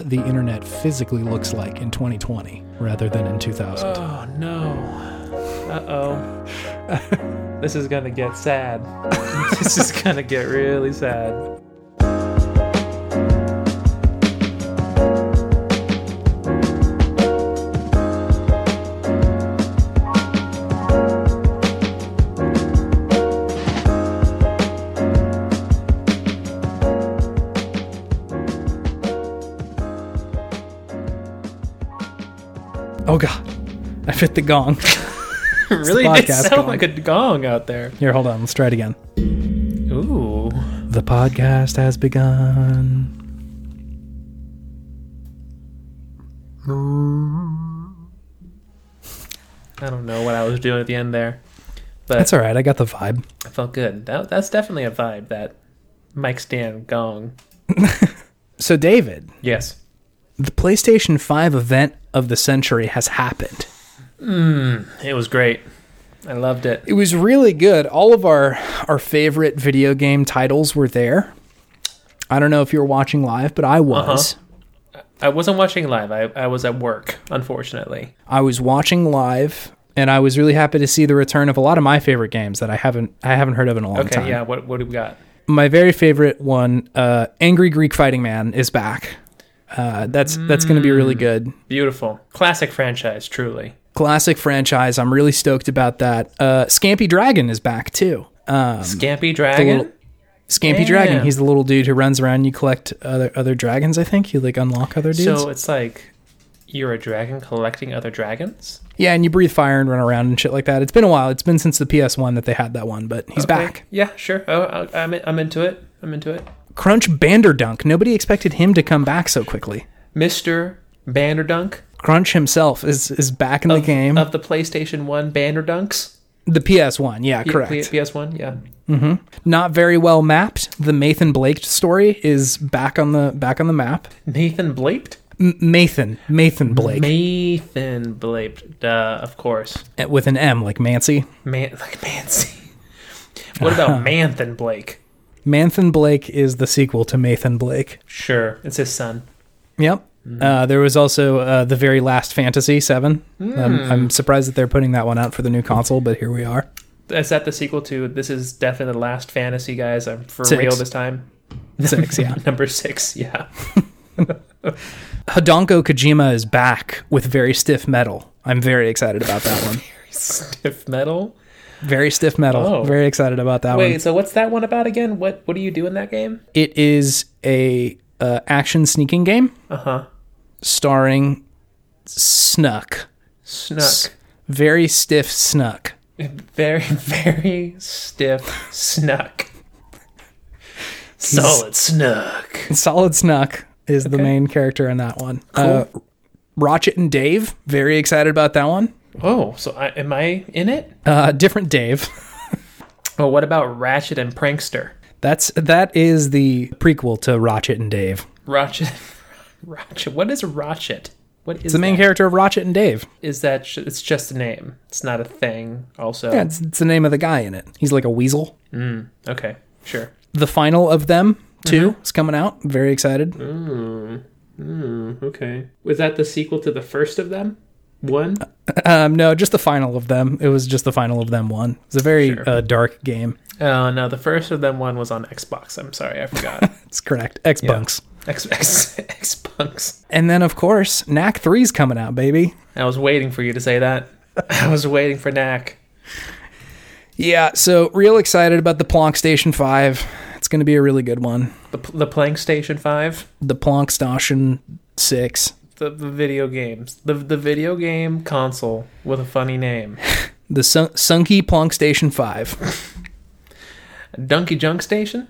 what the internet physically looks like in 2020 rather than in 2000. Oh no. Uh oh. this is gonna get sad. this is gonna get really sad. Oh god. I fit the gong. It really the did podcast sound gong. like a gong out there. Here, hold on. Let's try it again. Ooh. The podcast has begun. I don't know what I was doing at the end there. But That's all right. I got the vibe. I felt good. That, that's definitely a vibe, that Mike Stan gong. So, David, Yes. the PlayStation 5 event of the century has happened. It was great. I loved it. It was really good. All of our our favorite video game titles were there. I don't know if you were watching live, but I was. I wasn't watching live. I, I was at work, unfortunately. I was watching live and I was really happy to see the return of a lot of my favorite games that I haven't I haven't heard of in a long Okay, time. yeah. What what do we got? My very favorite one, uh, Angry Greek Fighting Man, is back. Uh, that's that's going to be Mm. really good. Beautiful classic franchise, truly. Classic franchise. I'm really stoked about that. Uh, Scampy Dragon is back too. Um, Scampy the Dragon. little Scampy Dragon. Damn. He's the little dude who runs around. You collect other other dragons. I think you like unlock other dudes. So it's like you're a dragon collecting other dragons. yeah, and you breathe fire and run around and shit like that. It's been a while. It's been since the PS1 that they had that one, but he's back. Yeah, sure. Oh, I- I'm in- I'm into it. I'm into it. Crunch Banderdunk. Nobody expected him to come back so quickly. Mister Banderdunk Crunch himself is is back in the game. of the PlayStation One Banderdunks. the PS1, yeah, P- correct. P- PS One. Yeah. Not very well mapped. The Nathan Blake story is back on the back on the map. Nathan Blaped. M- Nathan, Nathan Blake Nathan Blaped. Duh, of course. eh, with an M like Mancy. Man, like Mancy. what Uh-huh. about Manthan Blake? Manthan Blake is the sequel to Nathan Blake. Sure, it's his son. Yep. Mm. Uh, there was also uh, the very last Fantasy Seven. Um, Mm. I'm surprised that they're putting that one out for the new console, but here we are. Is that the sequel to This Is Definitely the Last Fantasy, guys? I'm for Six. real this time. Six, yeah. Number six, yeah. Hidonko Kojima is back with very stiff metal. I'm very excited about that one. Stiff metal. Um, Very stiff metal. Oh. Very excited about that Wait, one. so what's that one about again? What what do you do in that game? It is a uh, action sneaking game Uh huh. starring Snuck. Snuck. Very stiff Snuck. Very very stiff snuck. Solid snuck. Solid Snuck is the main character in that one. Uh, Rocket and Dave. Very excited about that one. Oh, so I, am I in it? Uh, different Dave. Oh, what about Ratchet and Prankster? That's that is the prequel to Rocket and Dave. Ratchet. Ratchet. What is Ratchet? What is It's the main that? character of Rocket and Dave. Is that sh- it's just a name? It's not a thing. Also, Yeah, it's, it's the name of the guy in it. He's like a weasel. okay, sure. The final of them 2 is coming out. Very excited. Okay. Was that the sequel to the first of them? One? Um, no, just the final of them. It was just the final of them one. It's a very uh, dark game. Oh, no. The first of them one was on Xbox. I'm sorry. I forgot. It's correct. X bunks. X- X- Xbox. And then of course, Knack 3's coming out, baby. I was waiting for you to say that. I was waiting for Knack. Yeah, so real excited about the Plonk Station 5. It's going to be a really good one. The, the Plank Station 5. The Plonk Station 6. The, the video games. The, the video game console with a funny name. The sun- Sunky Plonk Station 5. Donkey Junk Station?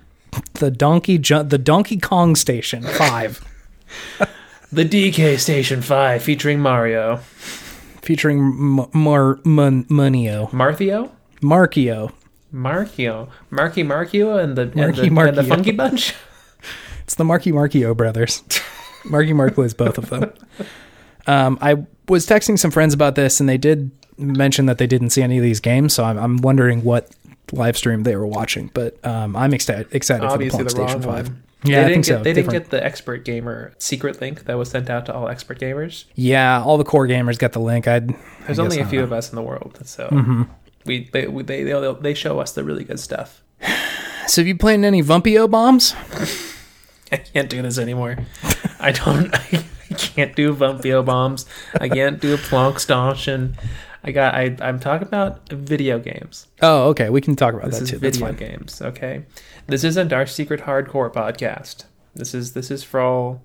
the Donkey Ju- the Donkey Kong Station Five, The DK Station 5 featuring Mario. featuring M- Mar Mun- Munio Marthio? Markio. Markio, Marky Markio, and the and Marky the, and the Markio. Funky Bunch. It's the Marky Markio brothers. Marky Markio is both of them. Um, I was texting some friends about this, and they did mention that they didn't see any of these games, so I'm, I'm wondering what live stream they were watching. But um, I'm exci- excited for the Plonk Station Five. one. Yeah, they I think didn't get, so. They Different. didn't get the expert gamer secret link that was sent out to all expert gamers. Yeah, all the core gamers got the link. I'd. There's I guess Mm-hmm. only a not. few of us in the world, so we they, we they they they show us the really good stuff. So, have you played any Vumpio bombs? I can't do this anymore. I don't. I, can't do bumpio bombs. I can't do plonk staunchion. I got. I I'm talking about video games. Oh, okay. We can talk about This that is too. That's video fine. games. Okay, this isn't our secret hardcore podcast. This is this is for all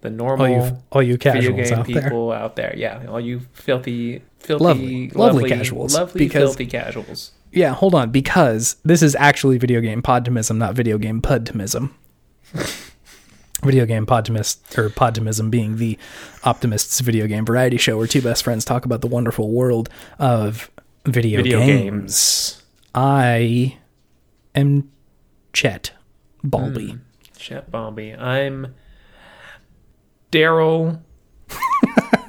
the normal. All you, all you video casuals game out there. people out there. Yeah, all you filthy, filthy, Lovely- lovely casuals, lovely, because- filthy casuals. Yeah, hold on, because this is actually video game podtimism, not video game pudtimism. video game podtimist or podtimism being the optimist's video game variety show where two best friends talk about the wonderful world of video, Video games. games. I am Chet Balby. Hmm. Chet Bombi. I'm Daryl.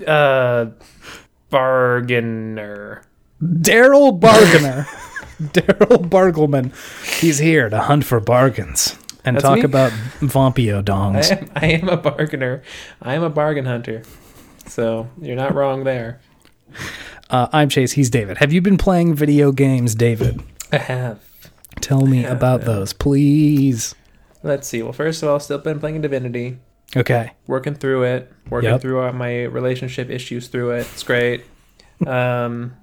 uh, bargainer. Daryl Bargainer. Daryl Bargleman. He's here to hunt for bargains and That's talk me. about Vompio I dongs. am, I am a bargainer. I am a bargain hunter. So you're not wrong there. Uh, I'm Chase. He's David. Have you been playing video games, David? I have. Tell me about those, please. Let's see. Well, first of all, still been playing Divinity. Okay. working through it, working Yep. through all my relationship issues through it. It's great. Um,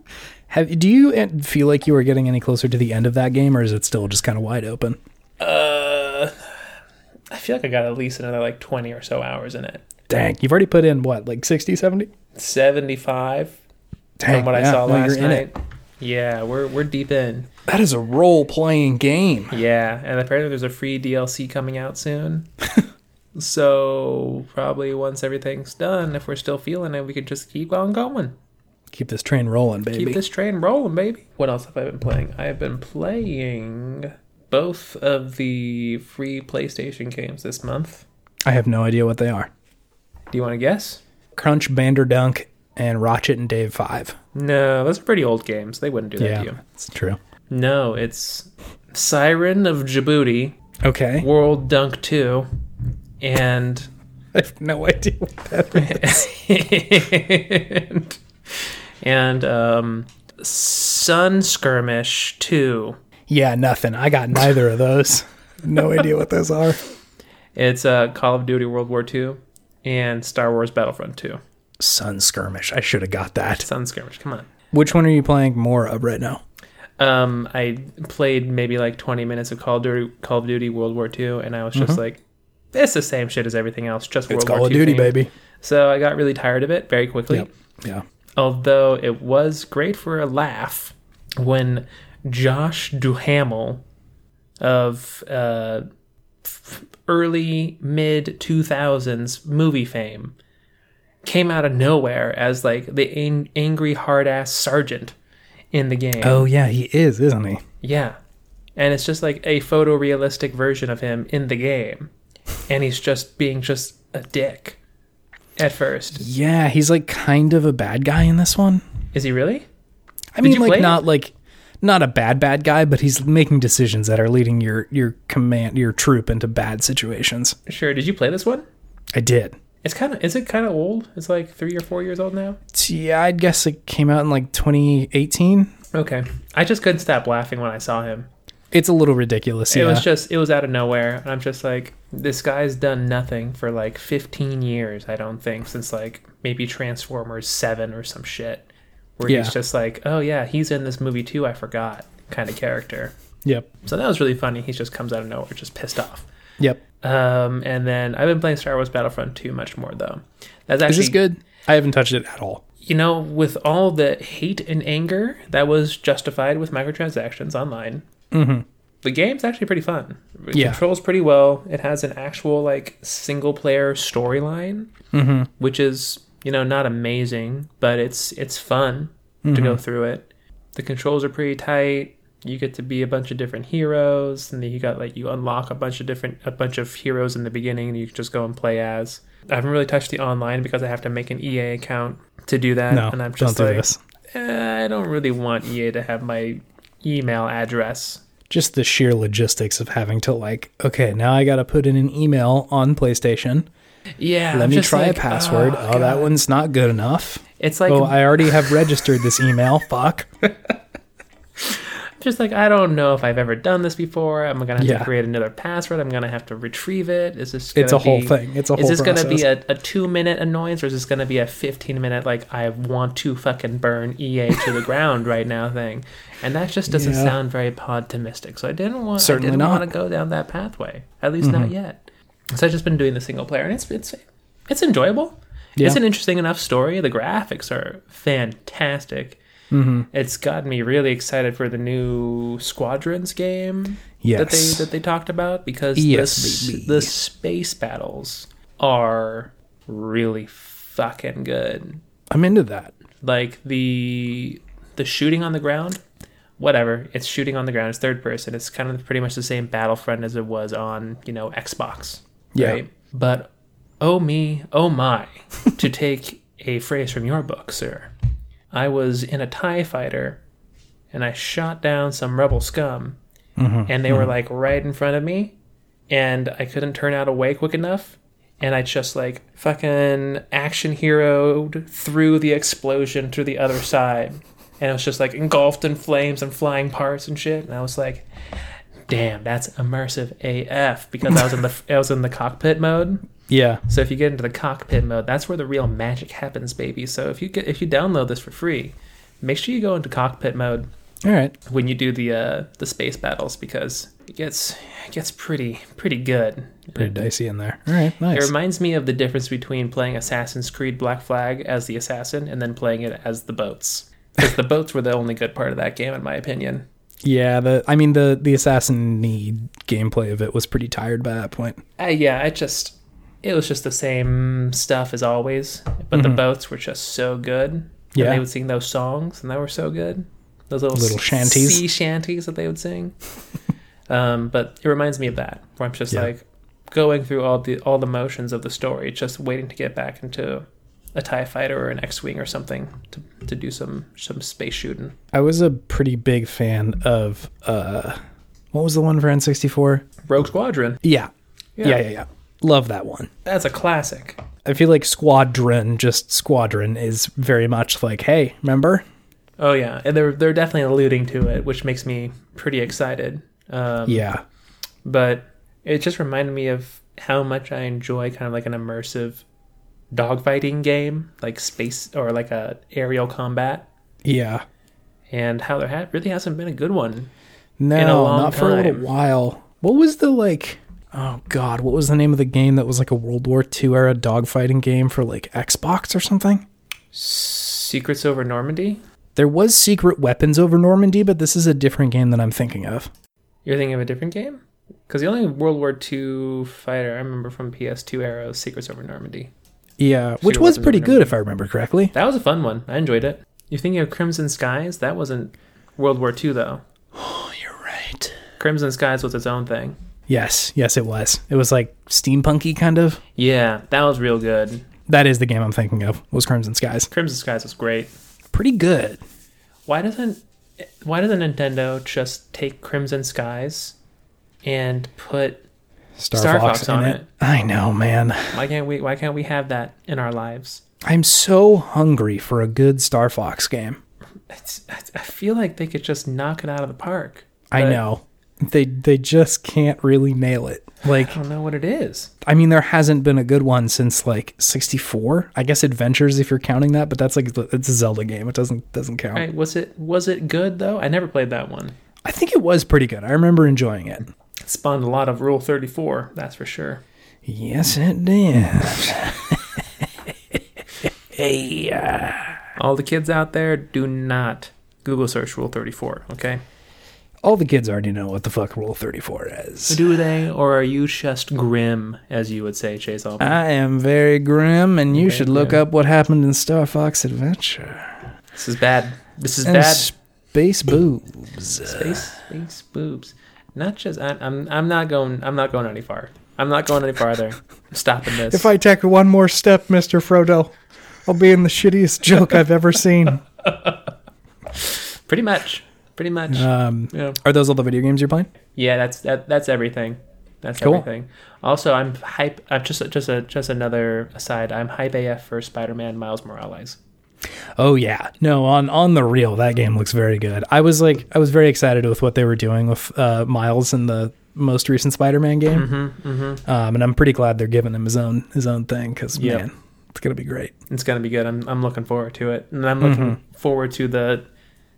Have do you en- feel like you are getting any closer to the end of that game, or is it still just kind of wide open? uh, I feel like I got at least another like 20 or so hours in it. Dang, you've already put in what, like 60, 70? 75 Dang, from what yeah, I saw no, last you're in night. it. Yeah, we're we're deep in. That is a role playing game. Yeah, and apparently there's a free DLC coming out soon. so probably once everything's done, if we're still feeling it, we could just keep on going. Keep this train rolling, baby. Keep this train rolling, baby. What else have I been playing? I have been playing both of the free PlayStation games this month. I have no idea what they are. Do you want to guess? Crunch, Banderdunk, and Ratchet and Dave 5. No, those are pretty old games. They wouldn't do that Yeah, to you. it's true. No, it's Siren of Djibouti, Okay. World Dunk 2, and. I have no idea what that is. and, and um, Sun Skirmish 2. Yeah, nothing. I got neither of those. No idea what those are. It's uh, Call of Duty World War II and Star Wars Battlefront 2. Sun Skirmish. I should have got that. Sun Skirmish, come on. Which one are you playing more of right now? Um, I played maybe like 20 minutes of Call of Duty, Call of Duty World War II, and I was just like, it's the same shit as everything else, just Mm-hmm. World it's Call War of II Duty, themed." baby. So I got really tired of it very quickly. Yep. Yeah. Although it was great for a laugh when Josh Duhamel of uh, f- early mid 2000s movie fame came out of nowhere as like the an- angry hard ass sergeant in the game. Oh yeah, he is, isn't he? Yeah. And it's just like a photorealistic version of him in the game. And he's just being just a dick at first. Yeah, he's like kind of a bad guy in this one. Is he really? I mean, you like play not like not a bad bad guy, but he's making decisions that are leading your your command your troop into bad situations. Sure. Did you play this one? I did. It's kind of is it kind of old? It's like 3 or 4 years old now. Yeah, I'd guess it came out in like 2018. Okay. I just couldn't stop laughing when I saw him. It's a little ridiculous. It yeah. was just it was out of nowhere. And I'm just like this guy's done nothing for like 15 years, I don't think, since like maybe Transformers 7 or some shit. Where Yeah. he's just like, "Oh yeah, he's in this movie too. I forgot." kind of character. yep. So that was really funny. He just comes out of nowhere, just pissed off. Yep. Um, and then I've been playing Star Wars Battlefront 2 much more though. That's Is actually this good? I haven't touched it at all. You know, with all the hate and anger that was justified with microtransactions online, Mm-hmm. the game's actually pretty fun. It Yeah. controls pretty well. It has an actual like single player storyline, Mm-hmm. which is you know not amazing, but it's it's fun to Mm-hmm. go through it. The controls are pretty tight. You get to be a bunch of different heroes, and then you got like you unlock a bunch of different a bunch of heroes in the beginning, and you can just go and play as. I haven't really touched the online because I have to make an EA account to do that, No, and I'm don't just do like, this. E eh, I don't really want EA to have my email address just the sheer logistics of having to like, okay, now I got to put in an email on PlayStation. Yeah. Let I'm me just try like, a password. oh, Oh, that God. one's not good enough. It's like oh, I already have registered this email. Fuck. just like I don't know if I've ever done this before. I'm gonna have Yeah. to create another password. I'm gonna have to retrieve it. Is this? Gonna It's a whole be- thing. It's a whole Is this gonna be process. a, a two minute annoyance or is this gonna be a fifteen minute like I want to fucking burn EA to the ground right now thing? And that just doesn't Yeah. sound very podtimistic. So I didn't want Certainly I didn't not. Mm-hmm. want to go down that pathway. At least not yet. So I've just been doing the single player and it's it's it's enjoyable. Yeah. It's an interesting enough story. The graphics are fantastic. Mm-hmm. It's gotten me really excited for the new Squadrons game that they Yes. that they talked about because Yes, the, baby. s- the space battles are really fucking good. I'm into that. Like the the shooting on the ground, whatever. It's shooting on the ground. It's third person. It's kind of pretty much the same Battlefront as it was on you know Xbox. Yeah. But oh me, oh my, to take a phrase from your book, sir. I was in a TIE fighter and I shot down some rebel scum Mm-hmm. and they were like right in front of me and I couldn't turn out away quick enough. And I just like fucking action heroed through the explosion to the other side. And it was just like engulfed in flames and flying parts and shit. And I was like, damn, that's immersive AF because I was in the I was in the cockpit mode. Yeah. So if you get into the cockpit mode, that's where the real magic happens, baby. So if you get if you download this for free, make sure you go into cockpit mode All right. when you do the uh, the space battles because it gets it gets pretty pretty good. Pretty dicey in there. All right. It Nice. reminds me of the difference between playing Assassin's Creed Black Flag as the assassin and then playing it as the boats. Because the boats were the only good part of that game, in my opinion. Yeah. The I mean the the assassin need gameplay of it was pretty tired by that point. Uh, yeah, I just it was just the same stuff as always, but the boats were just so good. Mm-hmm. Yeah. and they would sing those songs, and they were so good. Those little, Little s- shanties. sea shanties that they would sing. um, but it reminds me of that, where I'm just Yeah. like going through all the all the motions of the story, just waiting to get back into a Tie Fighter or an X-wing or something to to do some some space shooting. I was a pretty big fan of uh what was the one for N64? Rogue Squadron, Yeah. Yeah, yeah, Yeah. yeah. Love that one. that's a classic. I feel like Squadron, just Squadron, is very much like, hey, remember? Oh yeah, and they're they're definitely alluding to it, which makes me pretty excited. Um, Yeah. but it just reminded me of how much I enjoy kind of like an immersive dogfighting game, like space or like a aerial combat, Yeah. and how there ha- really hasn't been a good one. No, a long not for a little time. while. What was the like? Oh God, what was the name of the game that was like a World War II era dogfighting game for like Xbox or something? Secrets over Normandy. There was Secret Weapons over Normandy, but this is a different game that I'm thinking of. You're thinking of a different game? Because the only World War II fighter I remember from PS2 era was Secrets over Normandy. Yeah, which Secret was Weapons pretty over good if I remember correctly. That was a fun one. I enjoyed it. You're thinking of Crimson Skies? That wasn't World War II though. Oh, you're right. Crimson Skies was its own thing. Yes, yes, it was. It was like steampunky kind of. Yeah, that was real good. That is the game I'm thinking of. Was Crimson Skies Crimson Skies was great. pretty good? why doesn't why doesn't Nintendo just take Crimson Skies and put Star, Star Fox, Fox in on it. it. I know, man. why can't we why can't we have that in our lives? I'm so hungry for a good Star Fox game. It's, I I feel like they could just knock it out of the park. I but know. They they just can't really nail it. Like I don't know what it is. I mean there hasn't been a good one since like 64. I guess Adventures if you're counting that, but that's like it's a Zelda game. It doesn't doesn't count. All right, was it was it good though? I never played that one. I think it was pretty good. I remember enjoying it. It spawned a lot of Rule Thirty Four, that's for sure. Yes it did. hey. uh, All the kids out there, do not Google search Rule Thirty Four. Okay, all the kids already know what the fuck Rule 34 is. do they, or are you just grim, as you would say, Chase Albin? I am very grim and you Very should look grim. up what happened in Star Fox Adventure. this is bad. This is and bad. Space boobs. space space boobs not just I, i'm i'm not going i'm not going any far i'm not going any farther i'm stopping this If I take one more step, Mr. Frodo, I'll be in the shittiest joke I've ever seen. pretty much pretty much. Um, yeah. Are those all the video games you're playing? Yeah, that's that. That's everything. That's Cool. everything. Also, I'm hype. Uh, just just a just another aside. I'm hype AF for Spider-Man Miles Morales. Oh yeah, no on on the real that game looks very good. I was like I was very excited with what they were doing with uh, Miles in the most recent Spider-Man game, Mm-hmm, mm-hmm. um, and I'm pretty glad they're giving him his own his own thing because Yep. man, it's gonna be great. It's gonna be good. I'm I'm looking forward to it, and I'm looking Mm-hmm. forward to the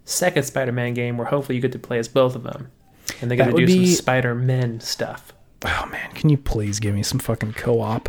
second Spider-Man game where hopefully you get to play as both of them, and they get That to would do be- some Spider-Men stuff. Oh man, can you please give me some fucking co-op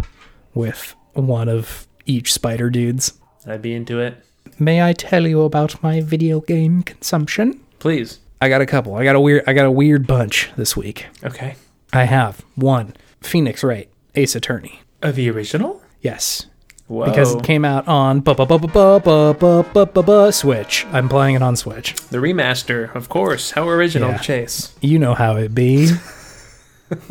with one of each spider dudes? I'd be into it. May I tell you about my video game consumption? Please. I got a couple. I got a weird I got a weird bunch this week. Okay. I have one Phoenix Wright Ace Attorney. Uh, the original? Yes, Whoa. because it came out on bu- bu- bu- bu- bu- bu- bu- bu- bu- bu- Switch. I'm playing it on Switch. the remaster, of course. How original, Yeah. Chase. You know how it be.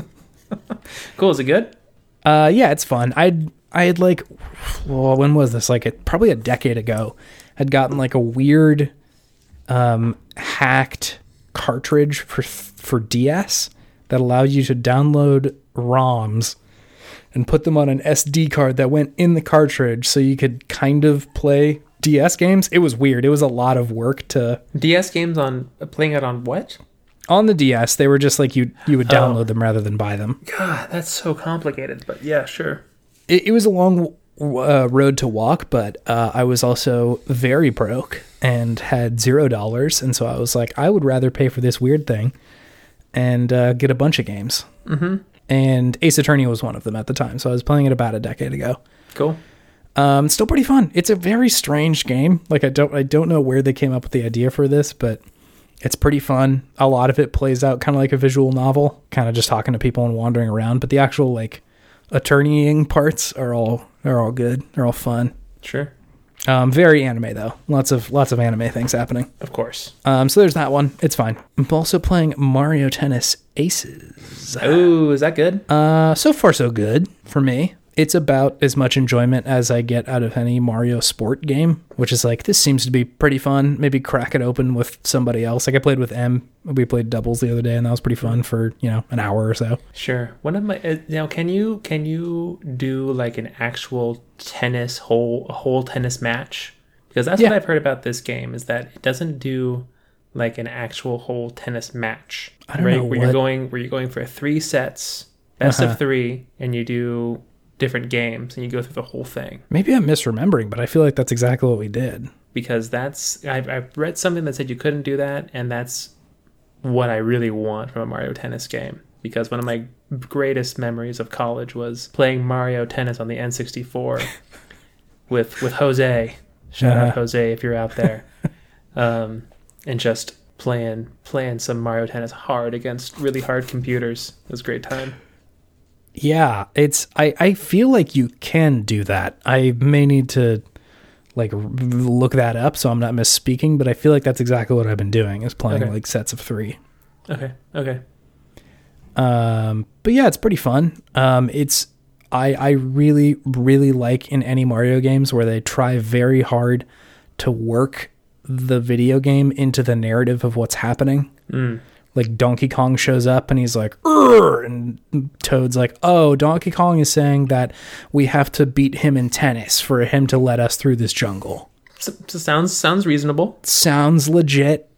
Cool. Is it good? Uh, yeah, it's fun. I'd I had like, well, when was this? Like, it, probably a decade ago. Had gotten like a weird, um, hacked cartridge for for DS that allowed you to download ROMs and put them on an SD card that went in the cartridge, so you could kind of play DS games. It was weird. It was a lot of work to DS games on uh, playing it on what? on the DS. They were just like you you would download them rather than buy them. God, that's so complicated. But yeah, sure. it, it was a long uh, road to walk, but uh, I was also very broke and had zero dollars, and so I was like, I would rather pay for this weird thing and uh, get a bunch of games. Mm-hmm. And Ace Attorney was one of them at the time, so I was playing it about a decade ago. Cool. Um, it's still pretty fun. It's a very strange game. Like I don't, I don't know where they came up with the idea for this, but it's pretty fun. A lot of it plays out kind of like a visual novel, kind of just talking to people and wandering around. But the actual like attorneying parts are all are all good. They're all fun. Sure. Um, very anime though. Lots of lots of anime things happening. Of course. Um, so there's that one. It's fine. I'm also playing Mario Tennis Aces. Ooh, is that good? Uh, so far so good for me. It's about as much enjoyment as I get out of any Mario sport game, which is like this seems to be pretty fun. Maybe crack it open with somebody else. Like I played with M. We played doubles the other day, and that was pretty fun for you know an hour or so. Sure. One of my uh, now, can you can you do like an actual tennis whole a whole tennis match? Because that's Yeah. what I've heard about this game is that it doesn't do like an actual whole tennis match. I don't right? know where what- Uh-huh. you're going where you're going for three sets, best of three, and you do different games and you go through the whole thing. Maybe I'm misremembering, but I feel like that's exactly what we did. because that's I've, I've read something that said you couldn't do that and that's what i really want from a mario tennis game because one of my greatest memories of college was playing mario tennis on the n64 with with jose shout out Uh-huh. jose if you're out there um, and just playing playing some mario tennis hard against really hard computers it was a great time Yeah, it's I I feel like you can do that. I may need to like r- look that up so I'm not misspeaking, but I feel like that's exactly what I've been doing is playing Okay. like sets of 3. okay okay Um, but yeah, it's pretty fun. Um, it's I I really really like in any Mario games where they try very hard to work the video game into the narrative of what's happening. mm. Like Donkey Kong shows up and he's like, "Urgh," and Toad's like, "Oh, Donkey Kong is saying that we have to beat him in tennis for him to let us through this jungle." so, so sounds sounds reasonable Sounds legit.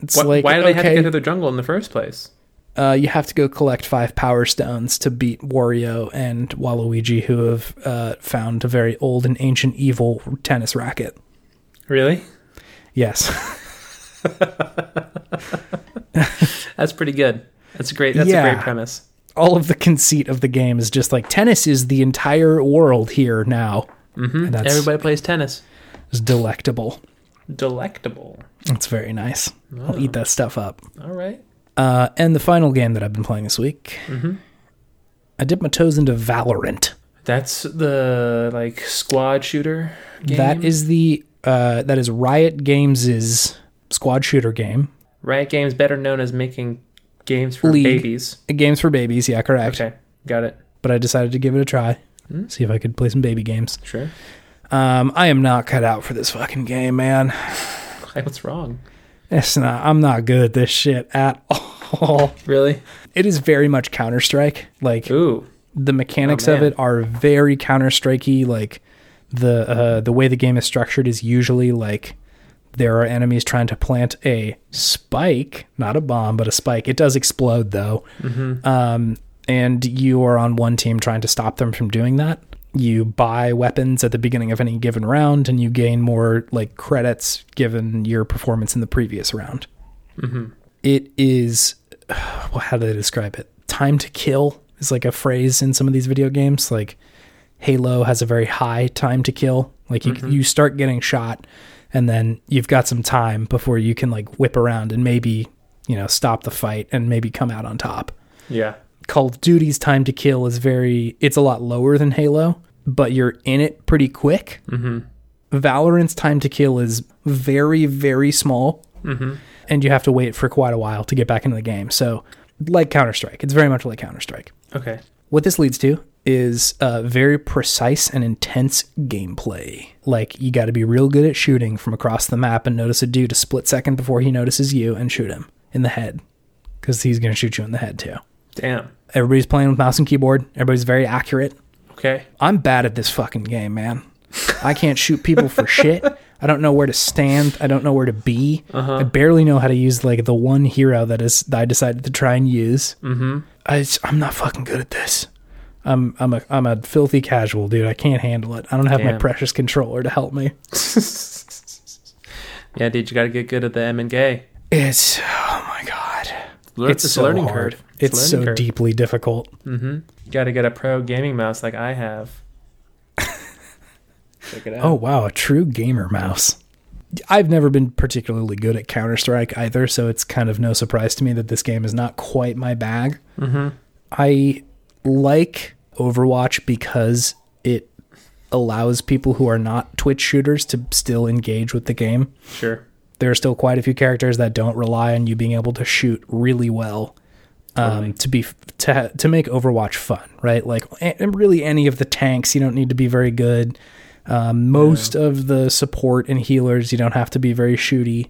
It's Why like why do they okay, have to get to the jungle in the first place uh, you have to go collect five power stones to beat Wario and Waluigi, who have uh, found a very old and ancient evil tennis racket. really Yes. That's pretty good. That's a great. That's a Yeah. great premise. All of the conceit of the game is just like tennis is the entire world here now. Mm-hmm. And that's Everybody plays tennis. it's delectable. Delectable. It's very nice. Oh. I'll eat that stuff up. All right. Uh, and the final game that I've been playing this week, Mm-hmm. I dipped my toes into Valorant. That's the like squad shooter. Game. That is the uh, that is Riot Games' squad shooter game. Riot Games, better known as making games for League. babies. Games for babies, yeah, correct. Okay, got it. But I decided to give it a try, see if I could play some baby games. Sure. Um, I am not cut out for this fucking game, man. Like, what's wrong? It's not. I'm not good at this shit at all. Really? It is very much Counter Strike. Like Ooh. the mechanics Oh, of man. it are very Counter Strikey. Like the uh, the way the game is structured is usually like there are enemies trying to plant a spike, not a bomb, but a spike. It does explode though, Mm-hmm. um, and you are on one team trying to stop them from doing that. You buy weapons at the beginning of any given round, and you gain more like credits given your performance in the previous round. Mm-hmm. It is well, how do they describe it? Time to kill is like a phrase in some of these video games. Like Halo has a very high time to kill. Like you, you start getting shot, and then you've got some time before you can like whip around and maybe you know stop the fight and maybe come out on top. Yeah. Call of Duty's time to kill is very it's a lot lower than Halo, but you're in it pretty quick. Mm-hmm. Valorant's time to kill is very very small, Mm-hmm. and you have to wait for quite a while to get back into the game. So, like Counter Strike, it's very much like Counter Strike. Okay. What this leads to is uh, very precise and intense gameplay. Like you got to be real good at shooting from across the map and notice a dude a split second before he notices you and shoot him in the head, because he's gonna shoot you in the head too. Damn. Everybody's playing with mouse and keyboard. Everybody's very accurate. Okay. I'm bad at this fucking game, man. I can't shoot people for shit. I don't know where to stand. I don't know where to be. Uh-huh. I barely know how to use like the one hero that is that I decided to try and use. Mm-hmm. I just- I'm not fucking good at this. I'm I'm a I'm a filthy casual dude. I can't handle it. I don't have my Damn. precious controller to help me. Yeah, dude, you got to get good at the M and K. It's oh my god. Lear- it's so hard. It's, a so learning curve. deeply difficult. You got to Mm-hmm. get a pro gaming mouse like I have. Check it out. Oh wow, a true gamer mouse. I've never been particularly good at Counter Strike either, so it's kind of no surprise to me that this game is not quite my bag. Mm-hmm. I like Overwatch because it allows people who are not Twitch shooters to still engage with the game. sure. There are still quite a few characters that don't rely on you being able to shoot really well um, to be to ha- to make Overwatch fun, right? Like a- and really any of the tanks, you don't need to be very good. Um, most of the support and healers, you don't have to be very shooty.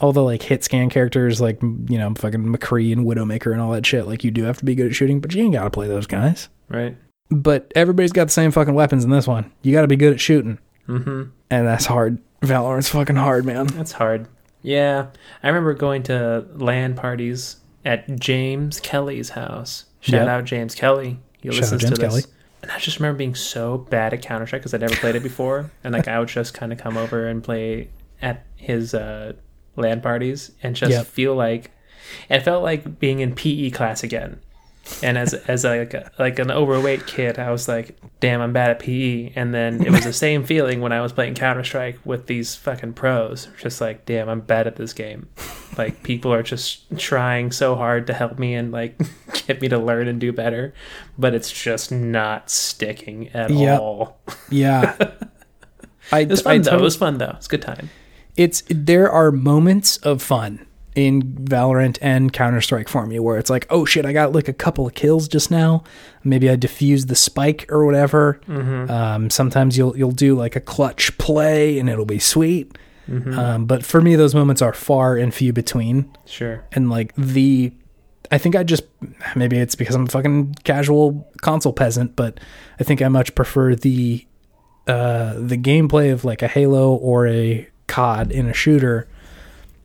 All the like hit scan characters, like m- you know, fucking McCree and Widowmaker and all that shit, like you do have to be good at shooting, but you ain't gotta play those guys. Right. But everybody's got the same fucking weapons in this one. You gotta be good at shooting, mm-hmm. and that's hard. Valorant's fucking hard, man. That's hard. Yeah, I remember going to LAN parties at James Kelly's house. Shout Yep. out James Kelly. He Shout out listens James to this. Kelly. And I just remember being so bad at Counter Strike because I never played it before, and like I would just kind of come over and play at his uh, LAN parties and just Yep. feel like it felt like being in PE class again. And as as like a, like an overweight kid, I was like, "Damn, I'm bad at PE." And then it was the same feeling when I was playing Counter Strike with these fucking pros. Just like, "Damn, I'm bad at this game." Like people are just trying so hard to help me and like get me to learn and do better, but it's just not sticking at Yep. all. Yeah. I, It was I fun though. It totally- was fun though. It's a good time. it's there are moments of fun in Valorant and Counter Strike for me where it's like, oh shit, I got like a couple of kills just now. Maybe I defused the spike or whatever. Mm-hmm. Um, sometimes you'll you'll do like a clutch play and it'll be sweet. Mm-hmm. Um, but for me, those moments are far and few between Sure. and like the I think I just maybe it's because I'm a fucking casual console peasant, but I think I much prefer the uh the gameplay of like a Halo or a COD in a shooter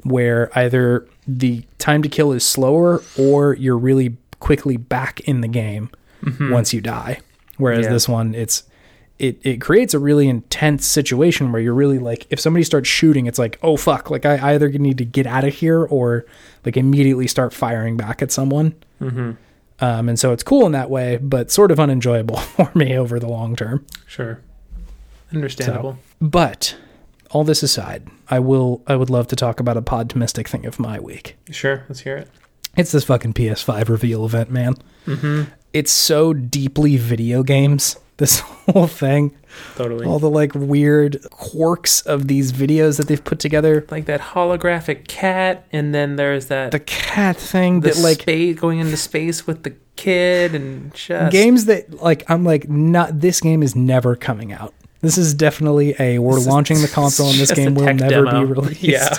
where either the time to kill is slower or you're really quickly back in the game once you die. Whereas Yeah. this one it's it, it creates a really intense situation where you're really like if somebody starts shooting it's like oh fuck like i either need to get out of here or like immediately start firing back at someone um, and so it's cool in that way but sort of unenjoyable for me over the long term Sure. Understandable. but all this aside i will i would love to talk about a podtimistic thing of my week Sure. Let's hear it. it's this fucking ps5 reveal event man Mm-hmm. it's so deeply video games this whole thing Totally. all the like weird quirks of these videos that they've put together. like that holographic cat, and then there's that The cat thing the that like space going into space with the kid and just games that like I'm like not this game is never coming out. This is definitely a we're This is- launching the console and this just game a will tech never demo. be released. Yeah,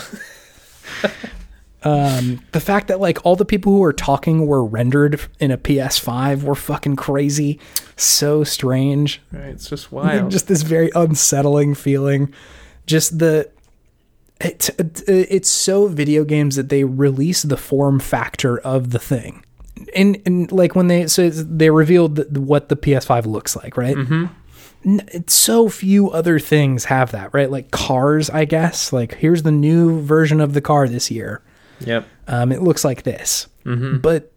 Um, the fact that like all the people who were talking were rendered in a PS5 were fucking crazy. So strange. Right, it's just wild. Just this very unsettling feeling. Just the it, it, it's so video games that they release the form factor of the thing. And, and like when they so it's- they revealed th- what the PS5 looks like, right? N- It's so few other things have that, right? Like cars, I guess. Like here's the new version of the car this year. yep. Um, it looks like this, Mm-hmm. but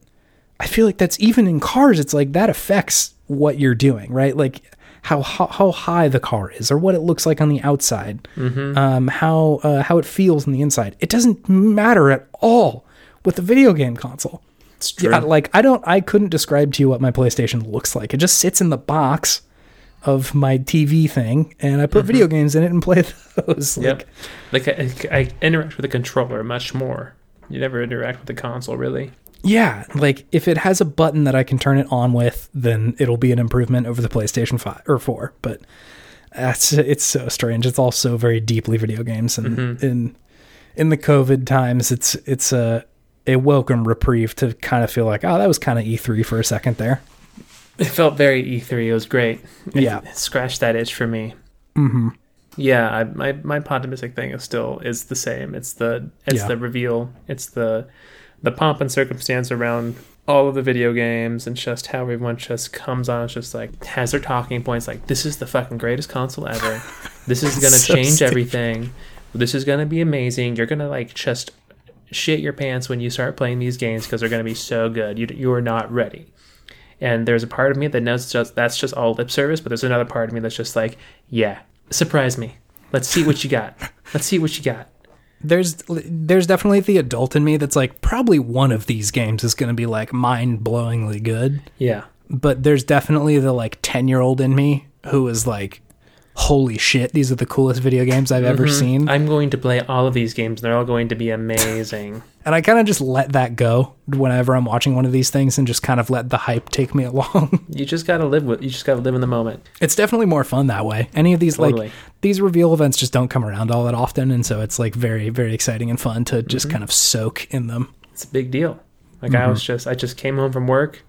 I feel like that's even in cars. It's like that affects what you're doing, right? Like how how, how high the car is, or what it looks like on the outside, Mm-hmm. um, how uh, how it feels on the inside. It doesn't matter at all with the video game console. It's true. Yeah, like I don't, I couldn't describe to you what my PlayStation looks like. It just sits in the box of my TV thing, and I put video games in it and play those. Like, Mm-hmm. Yep. Like I, I interact with the controller much more. You never interact with the console really. Yeah, like if it has a button that I can turn it on with, then it'll be an improvement over the PlayStation 5 or 4, but that's it's so strange. It's also very deeply video games and in in the COVID times it's it's a a welcome reprieve to kind of feel like, oh, that was kind of E3 for a second there. It felt very E3. It was great. It- Yeah. It scratched that itch for me. Mhm. Yeah, I, my my optimistic thing is still is the same. It's the it's Yeah. the reveal. It's the the pomp and circumstance around all of the video games and just how everyone just comes on. It's just like has their talking points. Like this is the fucking greatest console ever. This is gonna So change stupid. everything. This is gonna be amazing. You're gonna like just shit your pants when you start playing these games because they're gonna be so good. You you are not ready. And there's a part of me that knows just that's just all lip service, but there's another part of me that's just like, yeah, surprise me. Let's see what you got. Let's see what you got. There's there's definitely the adult in me that's like probably one of these games is going to be like mind-blowingly good. Yeah. but there's definitely the like 10 year old in me who is like holy shit these are the coolest video games i've ever Mm-hmm. seen I'm going to play all of these games and they're all going to be amazing. and i kind of just let that go whenever i'm watching one of these things and just kind of let the hype take me along you just gotta live with you just gotta live in the moment. it's definitely more fun that way any of these Totally. like these reveal events just don't come around all that often and so it's like very very exciting and fun to Mm-hmm. just kind of soak in them It's a big deal. Like Mm-hmm. I was just I just came home from work,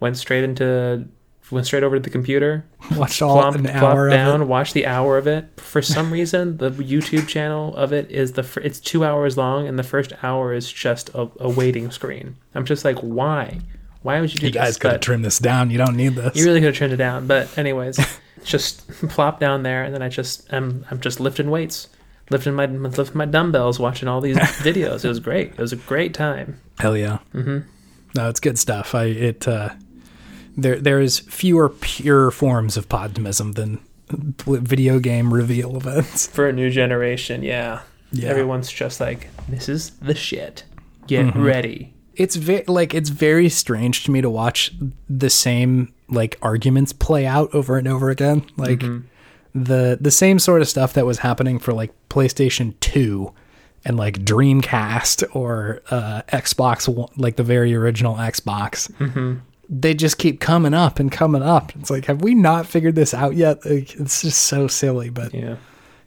went straight into went straight over to the computer, watched all plopped, an hour plopped down, of watched the hour of it. For some reason, the YouTube channel of it is the fir- it's two hours long, and the first hour is just a, a waiting screen. I'm just like, why? Why would you do it you guys this? gotta But trim this down you don't need this you really could have trimmed it down. But anyways, just plop down there, and then I just I'm I'm just lifting weights, lifting my lifting my dumbbells, watching all these videos. It was great. It was a great time. Hell yeah. Mm-hmm. No, it's good stuff. I it uh, there there is fewer pure forms of podtimism than video game reveal events. for a new generation. Yeah. Yeah. Everyone's just like, this is the shit. Get Mm-hmm. ready. It's ve- like it's very strange to me to watch the same like arguments play out over and over again. Like Mm-hmm. the the same sort of stuff that was happening for like PlayStation 2 and like Dreamcast or uh Xbox One, like the very original Xbox. Mm-hmm. they just keep coming up and coming up. It's like, have we not figured this out yet? Like, it's just so silly, but Yeah.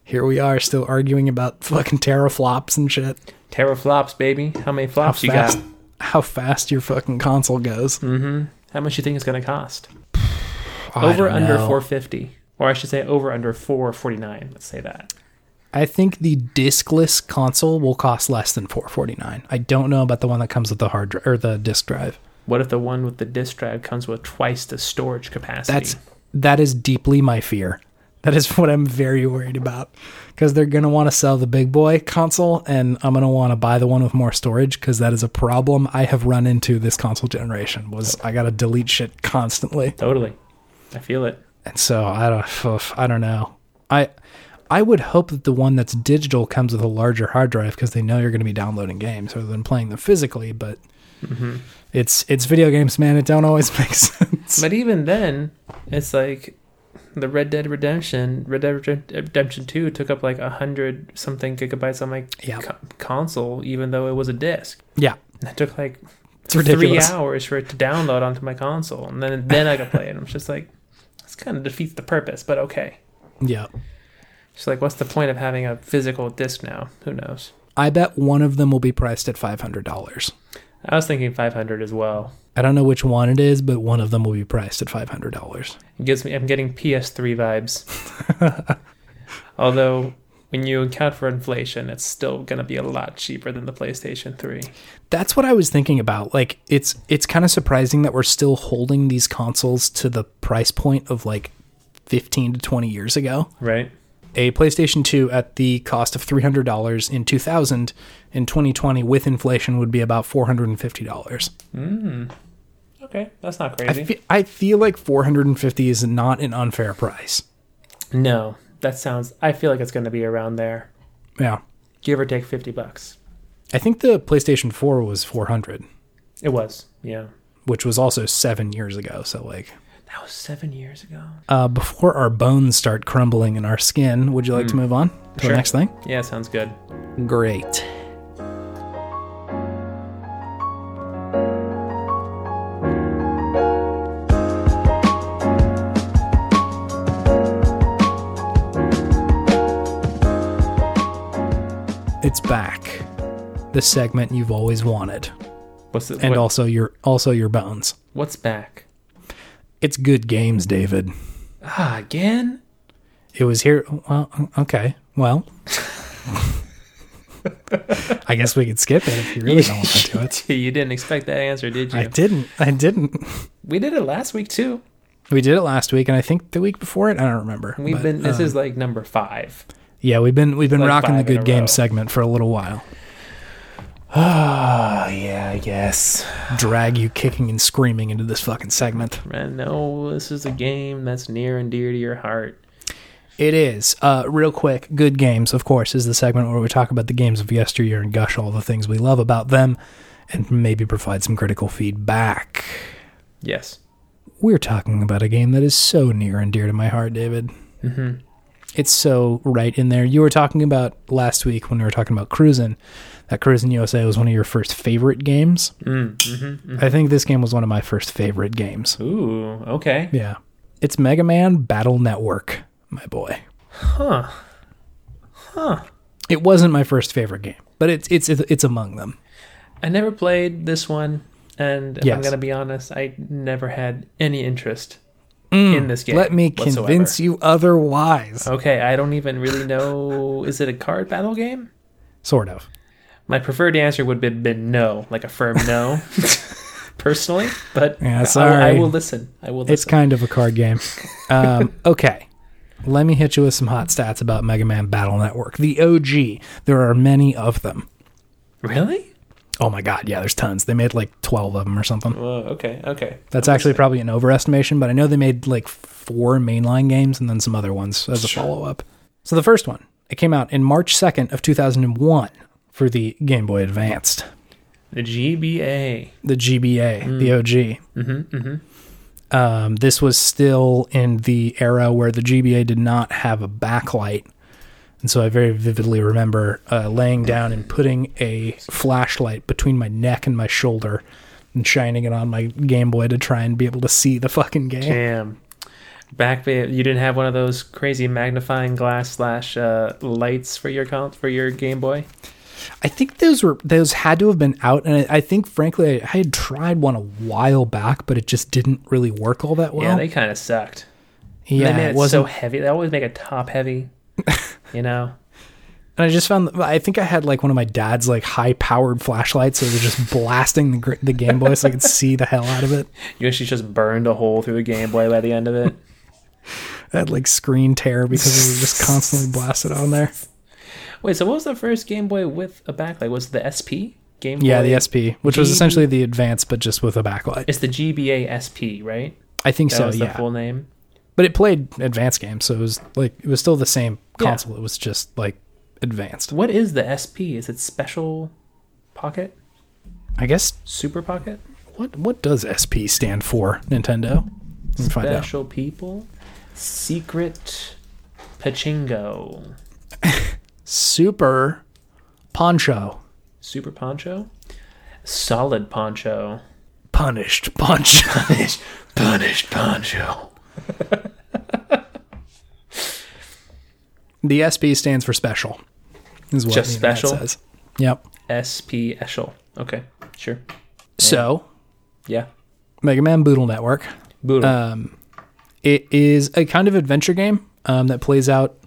here we are still arguing about fucking teraflops and shit. Teraflops, baby. How many flops you fast, got? how fast your fucking console goes. How much you think it's gonna cost? I over don't under know. 450, or I should say over under 449. Let's say that. I think the diskless console will cost less than 449. I don't know about the one that comes with the hard drive or the disk drive. What if the one with the disk drive comes with twice the storage capacity? That's that is deeply my fear. That is what I'm very worried about because they're going to want to sell the big boy console and I'm going to want to buy the one with more storage because that is a problem I have run into this console generation was I got to delete shit constantly. totally. I feel it. And so I don't oof, I don't know. I I would hope that the one that's digital comes with a larger hard drive because they know you're going to be downloading games rather than playing them physically, but It's it's video games, man. It don't always make sense. But even then, it's like the Red Dead Redemption, Red Dead Redemp- Redemption Two took up like a hundred something gigabytes on my Yeah. co- console, even though it was a disc. Yeah, It took like it's ridiculous. three hours for it to download onto my console, and then then I could play it. I'm just like, this kind of defeats the purpose, but okay. Yeah. It's like, what's the point of having a physical disc now? Who knows? I bet one of them will be priced at five hundred dollars. I was thinking 500 as well. I don't know which one it is, but one of them will be priced at five hundred dollars. It gives me I'm getting PS3 vibes. Although when you account for inflation, it's still going to be a lot cheaper than the PlayStation 3. That's what I was thinking about. Like it's it's kind of surprising that we're still holding these consoles to the price point of like 15 to 20 years ago. Right? A PlayStation 2 at the cost of $300 in 2000 in 2020 with inflation would be about $450. Okay, that's not I crazy. fe- I feel like 450 is not an unfair price. no, that sounds I feel like it's going to be around there. Yeah. Give or take 50 bucks. I think the PlayStation 4 was 400, It was. Yeah. which was also 7 years ago, so like That was 7 years ago. uh, before our bones start crumbling in our skin, would you like to move on to Mm. Sure. the next thing? Yeah, sounds good. Great. It's back. The segment you've always wanted. What's the, And what- also your also your bones. what's back? It's good games, David. Ah, again? It was here well okay. Well I guess we could skip it if you really don't want to do it. you didn't expect that answer, did you? I didn't. I didn't. we did it last week too. We did it last week, and I think the week before it. I don't remember. We've But, been this uh, is like number 5. yeah. We've been we've been like rocking the five in good a game row. segment for a little while. Ah, yeah, I guess. Drag you kicking and screaming into this fucking segment. I know this is a game that's near and dear to your heart. It is uh, real quick. Good games, of course, is the segment where we talk about the games of yesteryear and gush all the things we love about them, and maybe provide some critical feedback. Yes. We're talking about a game that is so near and dear to my heart, David. hmm it's so right in there. You were talking about last week when we were talking about Cruisin', that Cruisin' USA was one of your first favorite games. Mm, mm-hmm, I think this game was one of my first favorite games. Ooh, okay. Yeah. It's Mega Man Battle Network, my boy. Huh. Huh. It wasn't my first favorite game, but it's it's it's among them. I never played this one, and if I'm Yes. gonna be honest, I never had any interest in this game. Mm, Let me whatsoever. Oh. convince you otherwise. Okay, I don't even really know. is it a card battle game? Sort of. My preferred answer would have been no, like a firm no, personally. But Yeah, I, I sorry. will listen. I will It's listen. kind of a card game. Um, okay. Let me hit you with some hot stats about Mega Man Battle Network. The OG. There are many of them. really? Oh my god, yeah, there's tons. They made like 12 of them or something. Whoa, Uh, okay, okay. That's actually probably an overestimation, but I know they made like four mainline games and then some other ones as a follow-up. So the first one, it came out in March 2nd of 2001 for the Game Boy Advanced, The GBA. the GBA, the OG. Mm. Mm-hmm, mm-hmm. Um, this was still in the era where the GBA did not have a backlight. And so I very vividly remember uh, laying down and putting a flashlight between my neck and my shoulder and shining it on my Game Boy to try and be able to see the fucking game. Damn. Back ba- you didn't have one of those crazy magnifying glass slash uh, lights for your con- for your Game Boy. I think those were those had to have been out, and I, I think frankly I, I had tried one a while back, but it just didn't really work all that well. yeah, they kind of sucked. Yeah, they made it, wasn't so heavy. They always make it top heavy. you know. And I just found that I think I had like one of my dad's like high powered flashlights that was just blasting the, gr- the Game Boy so I could see the hell out of it. You actually just burned a hole through the Game Boy by the end of it. I had like screen tear because it was just constantly blasted on there. Wait, so what was the first Game Boy with a backlight? Was it the SP Game Boy? Yeah, the SP, which was G- essentially the advance but just with a backlight. It's the GBA SP, right? I think That so, was the yeah. full name. But it played advanced games, so it was like it was still the same Yeah. console. It was just like advanced. What is the SP? Is it Special Pocket? I guess Super Pocket? what what does SP stand for? Nintendo. Let me find out. Special people, secret pachingo, Super Poncho. super poncho, solid poncho, Punished Poncho. punish, punish poncho. The SB stands for special. Is what Just the internet special? says. Yep. S.P. Eschel. Okay, sure. So, Yeah. Mega Man Boodle Network. Boodle. It is a kind of adventure game um, that plays out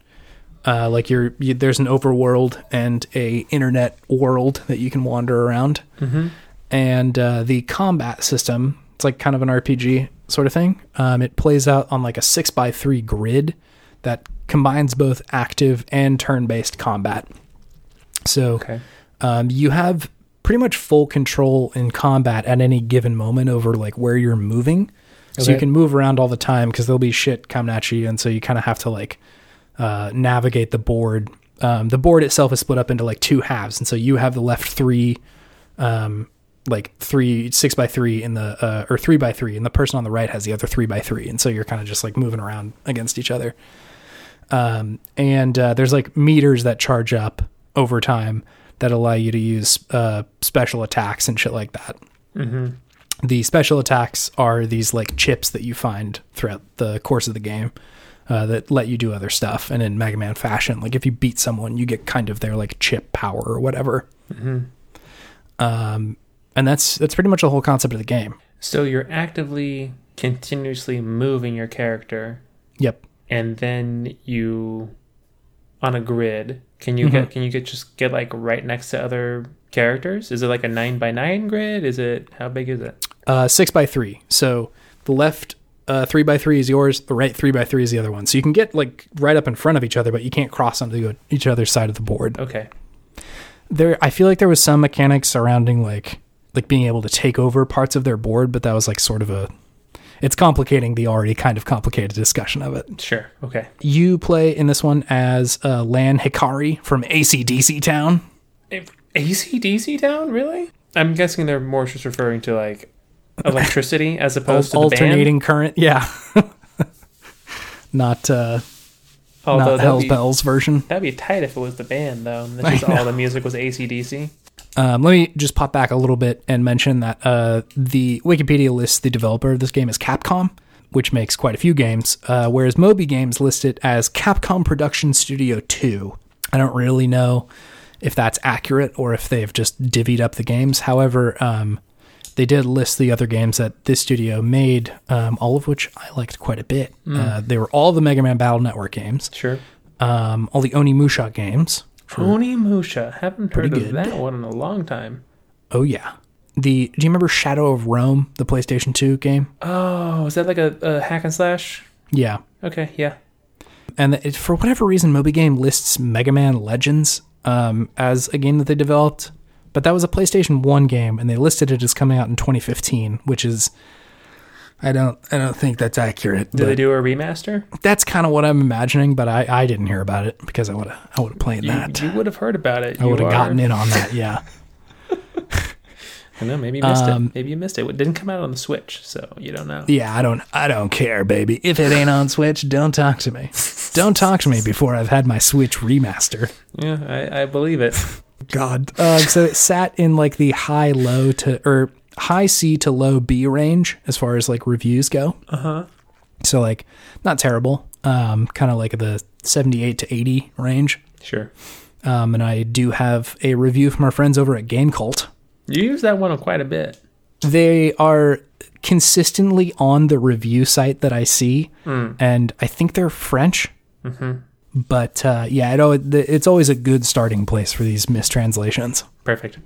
uh, like you're, you, there's an overworld and a internet world that you can wander around, mm-hmm. and uh, the combat system it's like kind of an RPG sort of thing. Um, it plays out on like a six by three grid that combines both active and turn-based combat. So okay. um, you have pretty much full control in combat at any given moment over like where you're moving so you Okay. can move around all the time because there'll be shit coming at you and so you kind of have to like uh, navigate the board um, the board itself is split up into like two halves and so you have the left three um, like three six by three in the uh, or three by three and the person on the right has the other three by three and so you're kind of just like moving around against each other um, and uh, there's like meters that charge up over time that allow you to use uh, special attacks and shit like that. The special attacks are these like chips that you find throughout the course of the game uh, that let you do other stuff. And in Mega Man fashion, like if you beat someone, you get kind of their like chip power or whatever. Um, and that's that's pretty much the whole concept of the game. So you're actively, continuously moving your character, Yep. and then you, on a grid, can you get can you get just get like right next to other characters? Is it like a nine by nine grid? Is it how big is it? uh, six by three. So the left uh, three by three is yours. The right three by three is the other one. So you can get like right up in front of each other, but you can't cross onto each other's side of the board. Okay. There, I feel like there was some mechanics surrounding like like being able to take over parts of their board, but that was like sort of a it's complicating the already kind of complicated discussion of it. Sure. Okay. You play in this one as uh, Lan Hikari from ACDC Town. If- ACDC town, really? I'm guessing they're more just referring to like electricity as opposed to the band, alternating current, yeah. not uh, Although not that'd Hell's be, Bells version. that'd be tight if it was the band though. And that's just all the music was ACDC. Um, let me just pop back a little bit and mention that uh, the Wikipedia lists the developer of this game as Capcom, which makes quite a few games, uh, whereas Moby Games lists it as Capcom Production Studio 2. I don't really know if that's accurate or if they've just divvied up the games. However, um, they did list the other games that this studio made, um, all of which I liked quite a bit. Uh, they were all the Mega Man Battle Network games, Sure. um, all the Onimusha games. Onimusha. Haven't heard Pretty of good. that one in a long time. Oh yeah. The do you remember Shadow of Rome, the PlayStation 2 game? Oh, is that like a, a hack and slash? Yeah. Okay, yeah. And it, for whatever reason Moby Game lists Mega Man Legends um, as a game that they developed, but that was a PlayStation 1 game and they listed it as coming out in 2015, which is I don't I don't think that's accurate. Did they but do a remaster? that's kind of what I'm imagining, but I, I didn't hear about it because I would have I would have played You, that. you would have heard about it. I would have gotten in on that, yeah. I know, maybe you missed Um, it. Maybe you missed it. It didn't come out on the Switch, so you don't know. Yeah, I don't I don't care, baby. If it ain't on Switch, don't talk to me. Don't talk to me before I've had my Switch remaster. Yeah, I, I believe it. God. Um, so it sat in like the high low to or high C to low B range as far as like reviews go. Uh huh. So like not terrible. Um, kind of like the 78 to 80 range. Sure. Um, and I do have a review from our friends over at Game Cult. You use that one quite a bit. they are consistently on the review site that I see, and I think they're French. But uh, yeah, it, al- the- it's always a good starting place for these mistranslations. Perfect.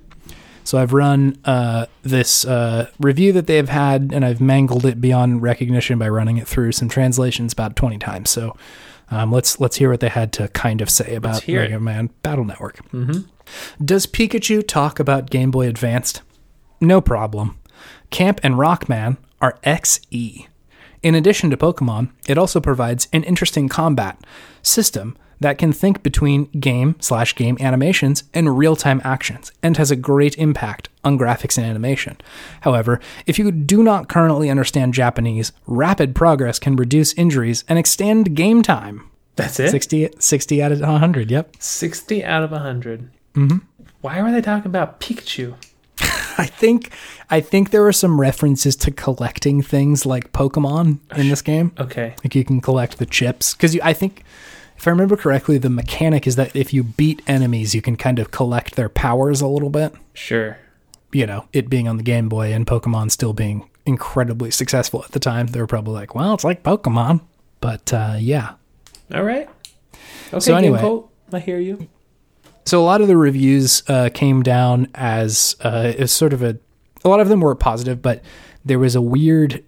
So I've run uh, this uh, review that they've had, and I've mangled it beyond recognition by running it through some translations about twenty times. So um, let's let's hear what they had to kind of say about hear Mega Man Battle Network. Does Pikachu talk about Game Boy Advanced? No problem. Camp and Rockman are XE. In addition to Pokemon, it also provides an interesting combat system that can think between game slash game animations and real time actions and has a great impact on graphics and animation. However, if you do not currently understand Japanese, rapid progress can reduce injuries and extend game time. That's it. 60, 60 out of 100, yep. 60 out of 100. Mm-hmm. Why were they talking about Pikachu? I think I think there are some references to collecting things like Pokemon in this game. Okay. Like you can collect the chips because I think if I remember correctly, the mechanic is that if you beat enemies, you can kind of collect their powers a little bit. Sure. You know, it being on the Game Boy and Pokemon still being incredibly successful at the time, they were probably like, well, it's like Pokemon. But uh, yeah. All right. Okay. So anyway- Gamecult, I hear you. So a lot of the reviews uh, came down as uh, as sort of a a lot of them were positive, but there was a weird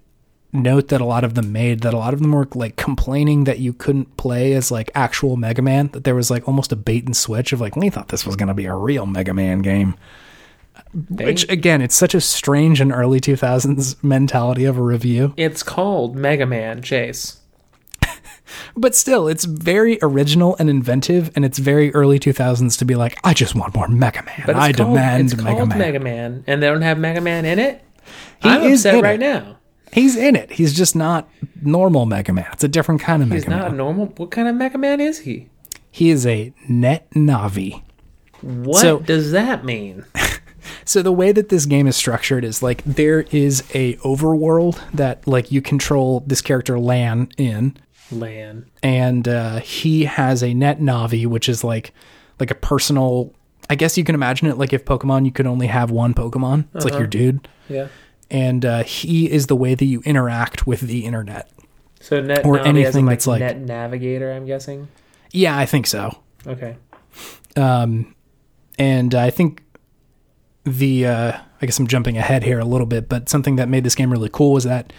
note that a lot of them made that a lot of them were like complaining that you couldn't play as like actual Mega Man. That there was like almost a bait and switch of like we thought this was going to be a real Mega Man game. Which again, it's such a strange and early 2000s mentality of a review, It's called Mega Man Chase. but still, it's very original and inventive, and it's very early 2000s to be like, I just want more Mega Man. But it's I called, demand it's Mega called Man. Mega Man, and they don't have Mega Man in it. He I'm is in upset it. right now. He's in it. He's just not normal Mega Man. It's a different kind of He's Mega Man. not normal. What kind of Mega Man is he? He is a net Navi. What So- does that mean? So the way that this game is structured is like there is a overworld that like you control this character Lan in, Lan. and uh, he has a net Navi, which is like like a personal. I guess you can imagine it like if Pokemon, you could only have one Pokemon. It's Uh-huh. like your dude, Yeah. and uh, he is the way that you interact with the internet. So net Or Navi as in, anything like, that's like- net navigator. I'm guessing. Yeah, I think so. Okay. and I think the uh, I guess I'm jumping ahead here a little bit, but something that made this game really cool was that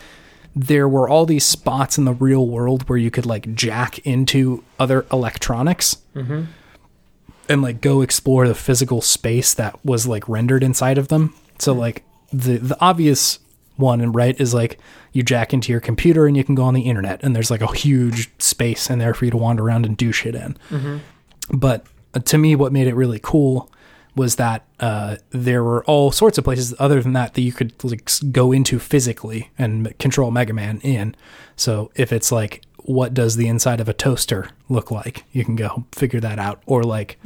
there were all these spots in the real world where you could like jack into other electronics and like go explore the physical space that was like rendered inside of them. So like the the obvious one and right is like you jack into your computer and you can go on the internet and there's like a huge space in there for you to wander around and do shit in. But uh, to me, what made it really cool was that uh, there were all sorts of places other than that that you could like s- go into physically and m- control Mega Man in. So if it's like, what does the inside of a toaster look like? You can go figure that out. Or like,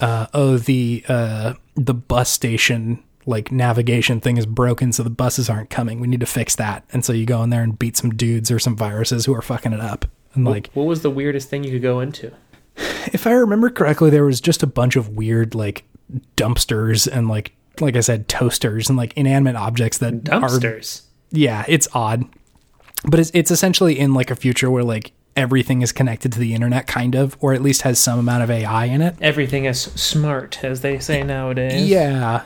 uh, oh, the uh, the bus station like navigation thing is broken, so the buses aren't coming. We need to fix that. And so you go in there and beat some dudes or some viruses who are fucking it up. And like, What was the weirdest thing you could go into? if I remember correctly, there was just a bunch of weird like dumpsters and like like I said, toasters and like inanimate objects that are Dumpsters. yeah, it's odd. But it's it's essentially in like a future where like everything is connected to the internet kind of, or at least has some amount of AI in it. Everything is smart, as they say nowadays. Yeah.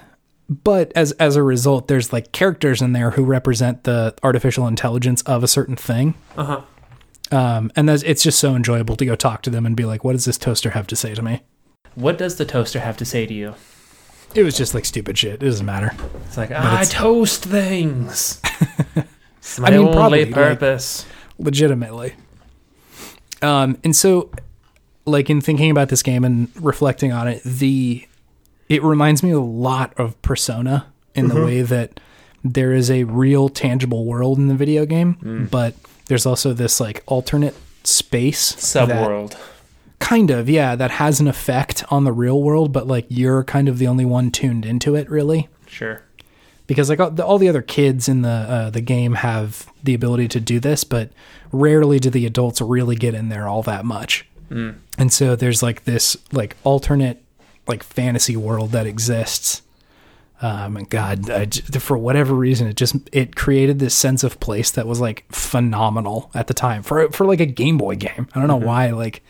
But as as a result, there's like characters in there who represent the artificial intelligence of a certain thing. Uh huh. Um, and that's, it's just so enjoyable to go talk to them and be like, "What does this toaster have to say to me?" What does the toaster have to say to you? It was just like stupid shit. It doesn't matter. It's like I it's- toast things. it's my mean, only probably, like- purpose. legitimately. Um, and so, like in thinking about this game and reflecting on it, the it reminds me a lot of Persona in the way that there is a real tangible world in the video game, but there's also this like alternate space that- Subworld. kind of yeah that has an effect on the real world but like you're kind of the only one tuned into it really Sure. because like all the, all the other kids in the uh, the game have the ability to do this, but rarely do the adults really get in there all that much. And so there's like this like alternate like fantasy world that exists. Um, and God, I j- for whatever reason, it just it created this sense of place that was like phenomenal at the time for for like a Game Boy game. I don't know why like.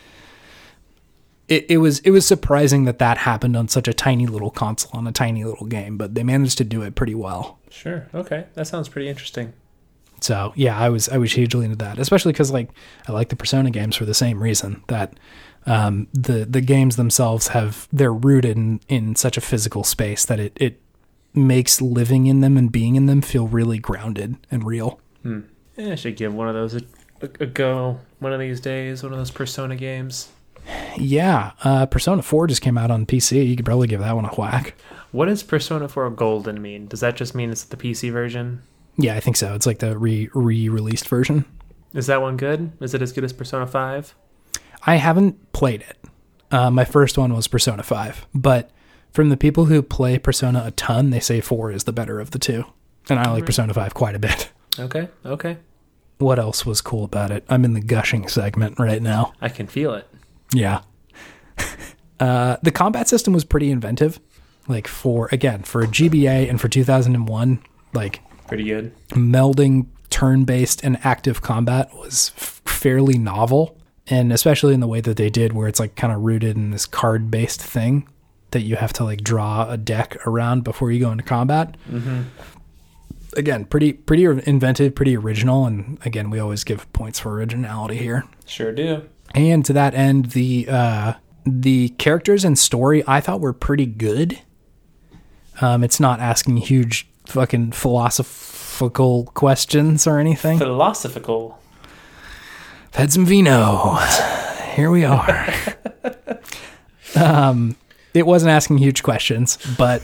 It, it was it was surprising that that happened on such a tiny little console on a tiny little game, but they managed to do it pretty well. Sure. Okay. That sounds pretty interesting. So yeah, I was I was hugely into that, especially because like I like the Persona games for the same reason that um, the the games themselves have they're rooted in, in such a physical space that it it makes living in them and being in them feel really grounded and real. Yeah, I should give one of those a, a, a go one of these days. One of those Persona games. Yeah, uh, Persona Four just came out on PC. You could probably give that one a whack. What does Persona 4 Golden mean? Does that just mean it's the PC version? Yeah, I think so. It's like the re re released version. Is that one good? Is it as good as Persona 5? I haven't played it. Uh, my first one was Persona Five, but from the people who play Persona a ton, they say four is the better of the two, and I like Persona Five quite a bit. Okay. Okay. What else was cool about it? I'm in the gushing segment right now. I can feel it. Yeah. uh, the combat system was pretty inventive. Like for again for a GBA and for 2001, like Pretty good. melding turn-based and active combat was f- fairly novel, and especially in the way that they did, where it's like kind of rooted in this card-based thing that you have to like draw a deck around before you go into combat. Again, pretty pretty inventive, pretty original, and again, we always give points for originality here. Sure do. And to that end, the uh, the characters and story I thought were pretty good. Um, it's not asking huge fucking philosophical questions or anything. Philosophical. I've had some vino. Here we are. um, it wasn't asking huge questions, but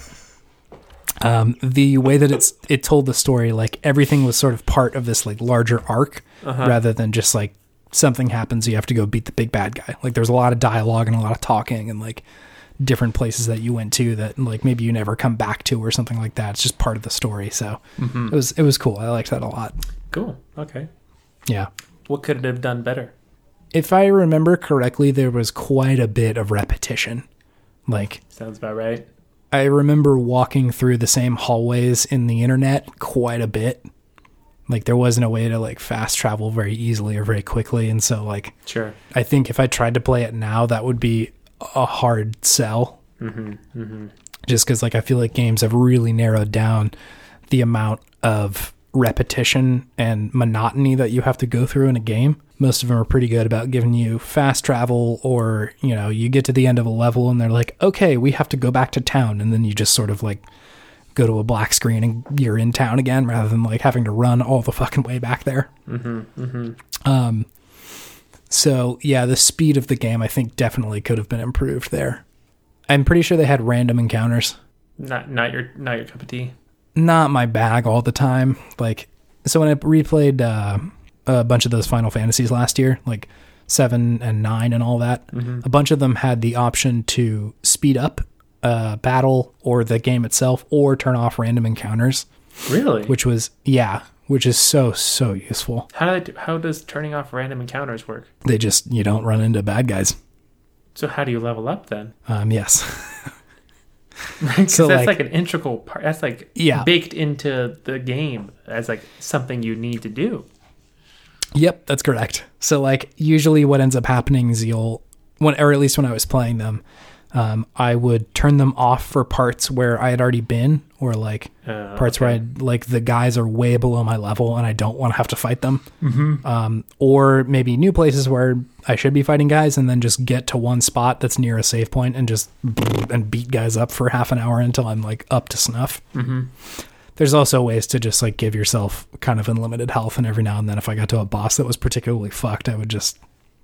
um, the way that it's it told the story, like everything was sort of part of this like larger arc, rather than just like something happens, you have to go beat the big bad guy. Like there's a lot of dialogue and a lot of talking and like different places that you went to that like maybe you never come back to or something like that. It's just part of the story. So it was it was cool. I liked that a lot. Cool. Okay. Yeah. What could it have done better? if I remember correctly, there was quite a bit of repetition. Like, Sounds about right. I remember walking through the same hallways in the internet quite a bit. Like, there wasn't a way to, like, fast travel very easily or very quickly. And so, like, Sure. I think if I tried to play it now, that would be a hard sell. Mm-hmm, mm-hmm. Just because, like, I feel like games have really narrowed down the amount of repetition and monotony that you have to go through in a game. Most of them are pretty good about giving you fast travel, or you know, you get to the end of a level and they're like, okay, we have to go back to town. And then you just sort of like go to a black screen and you're in town again rather than like having to run all the fucking way back there. mm-hmm. Um, So yeah, the speed of the game I think definitely could have been improved there. I'm pretty sure they had random encounters. Not not your not your cup of tea. Not my bag all the time. Like so when I replayed uh, a bunch of those Final Fantasies last year, like seven and nine and all that, Mm-hmm. a bunch of them had the option to speed up uh, battle or the game itself, or turn off random encounters, Really? which was yeah, which is so so useful. how do, how does turning off random encounters work? They just you don't run into bad guys. So how do you level up then? Um, yes. 'Cause So, that's like- like, an integral part. That's like Yeah. baked into the game as like something you need to do. Yep, that's correct. So like usually what ends up happening is you'll when or at least when I was playing them, um, I would turn them off for parts where I had already been or like Uh, parts where I like the guys are way below my level and I don't want to have to fight them. Mm-hmm. Um, or maybe new places where I should be fighting guys and then just get to one spot that's near a save point and just and beat guys up for half an hour until I'm like up to snuff. Mm-hmm. There's also ways to just like give yourself kind of unlimited health and every now and then if I got to a boss that was particularly fucked, I would just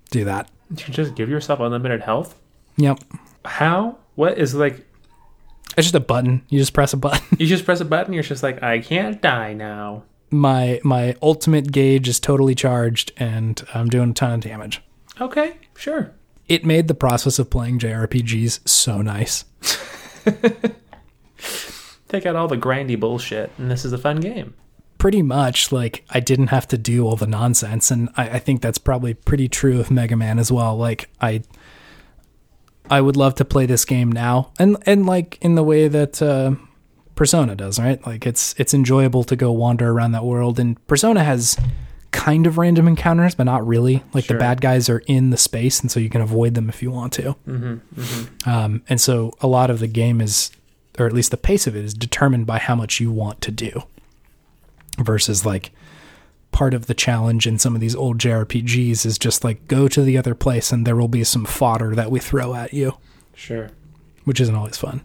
do that. You can just give yourself unlimited health. Yep. How? What is like? It's just a button. You just press a button. You just press a button. You're just like, I can't die now. my my ultimate gauge is totally charged and I'm doing a ton of damage. Okay, sure. It made the process of playing JRPGs so nice. Take out all the grindy bullshit, and this is a fun game. Pretty much, like I didn't have to do all the nonsense, and I, I think that's probably pretty true of Mega Man as well. Like I, I would love to play this game now, and and like in the way that uh, Persona does, right? Like it's it's enjoyable to go wander around that world, and Persona has kind of random encounters, but not really. Like Sure. the bad guys are in the space, and so you can avoid them if you want to. Um, and so a lot of the game is, or at least the pace of it, is determined by how much you want to do versus like part of the challenge in some of these old JRPGs is just like go to the other place and there will be some fodder that we throw at you, Sure, which isn't always fun.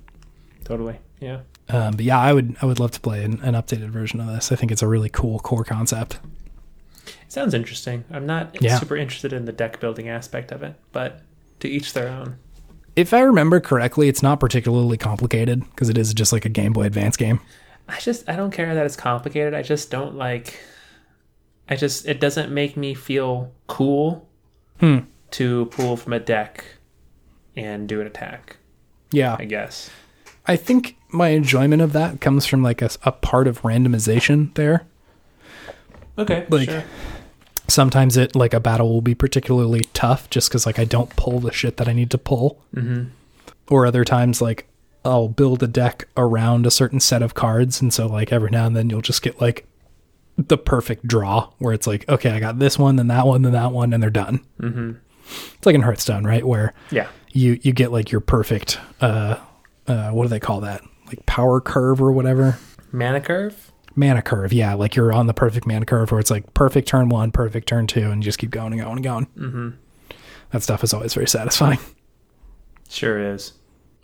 totally. Yeah. Um, but yeah, I would I would love to play an, an updated version of this. I think it's a really cool core concept. Sounds interesting. I'm not Yeah. super interested in the deck building aspect of it, but to each their own. If I remember correctly, it's not particularly complicated because it is just like a Game Boy Advance game. I just I don't care that it's complicated. I just don't like I just it doesn't make me feel cool Hmm. to pull from a deck and do an attack, Yeah, I guess. I think my enjoyment of that comes from like a, a part of randomization there. Okay. Like- sure. sometimes it like a battle will be particularly tough just because like i don't pull the shit that i need to pull or other times like i'll build a deck around a certain set of cards and so like every now and then you'll just get like the perfect draw where it's like okay i got this one then that one then that one and they're done mm-hmm. it's like in hearthstone right where Yeah. you you get like your perfect uh uh what do they call that like power curve or whatever Mana curve? mana curve. Yeah, like you're on the perfect mana curve where it's like perfect turn one, perfect turn two, and you just keep going and going and going. Mm-hmm. That stuff is always very satisfying. Sure is.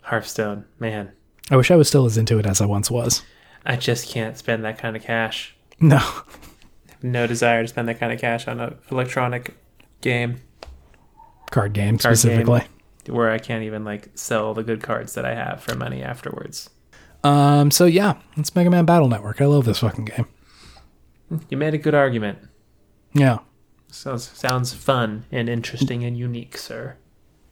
Hearthstone. Man, I wish I was still as into it as I once was. I just can't spend that kind of cash. No, No desire to spend that kind of cash on an electronic game card game Card game. specifically. where I can't even like sell the good cards that I have for money afterwards. Um, so yeah, it's Mega Man Battle Network. I love this fucking game. You made a good argument. Yeah. Sounds sounds fun and interesting and unique, sir.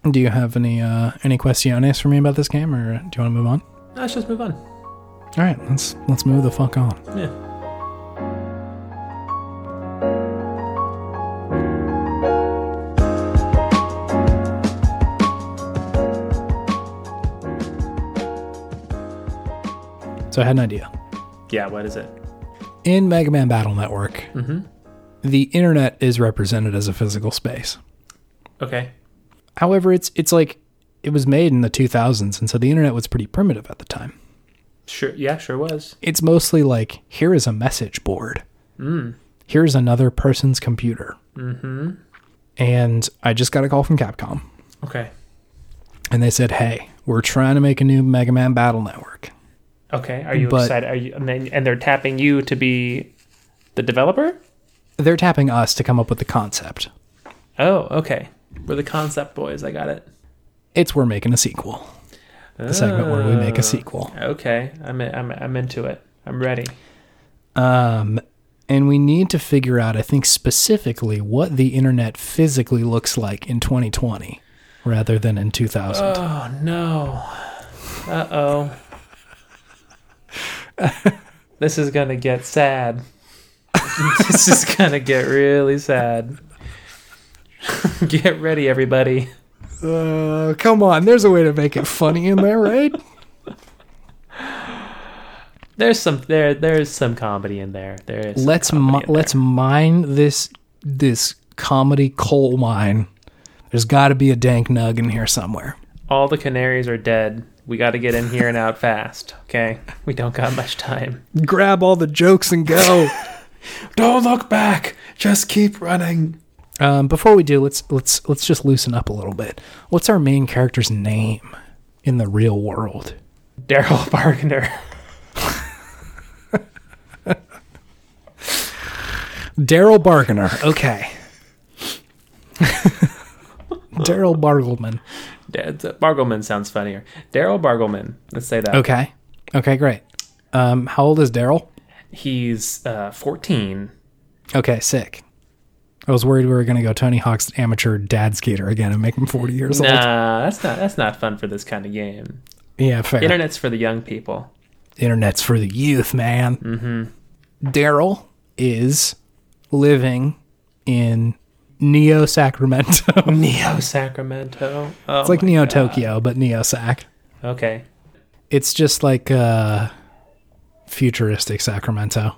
Do you have any uh any questiones for me about this game, or do you want to move on? Let's just move on. All right, let's let's move the fuck on. Yeah. So I had an idea. Yeah, what is it? In Mega Man Battle Network, Mm-hmm. the internet is represented as a physical space. Okay. However, it's it's like it was made in the 2000s, and so the internet was pretty primitive at the time. Sure yeah, sure was. It's mostly like here is a message board. Here's another person's computer. Mm-hmm. And I just got a call from Capcom, Okay. and they said, "Hey, we're trying to make a new Mega Man Battle Network." Okay. Are you But- excited? Are you and then and they're tapping you to be the developer? They're tapping us to come up with the concept. Oh, okay. We're the concept boys, I got it. It's we're making a sequel. The segment where we make Ah. a sequel. Okay. I'm in, I'm I'm into it. I'm ready. Um, and we need to figure out, I think, specifically what the internet physically looks like in 2020 rather than in 2000. Oh no. Uh oh. this is gonna get sad. this is gonna get really sad. get ready, everybody. Uh, come on, there's a way to make it funny in there, right? There's some there. There's some comedy in there. There is. some let's comedy mi- in there. let's mine this this comedy coal mine. There's got to be a dank nug in here somewhere. All the canaries are dead. We got to get in here and out fast. Okay. We don't got much time. Grab all the jokes and go. Don't look back. Just keep running. um, before we do, let's let's let's just loosen up a little bit. What's our main character's name in the real world? Daryl Bargainer. Daryl Bargainer. Okay. Daryl Bargleman. Dad- Bargleman sounds funnier. Daryl Bargleman. Let's say that. Okay. Okay, great. Um, how old is Daryl? He's uh, 14. Okay, sick. I was worried we were going to go Tony Hawk's amateur dad skater again and make him 40 years old. Nah, that's not that's not fun for this kind of game. Yeah, fair. Internet's for the young people. Internet's for the youth, man. Mm-hmm. Daryl is living in Neo Sacramento. Neo Sacramento. Oh it's like Neo Tokyo, but Neo Sac. Okay. It's just like uh, futuristic Sacramento.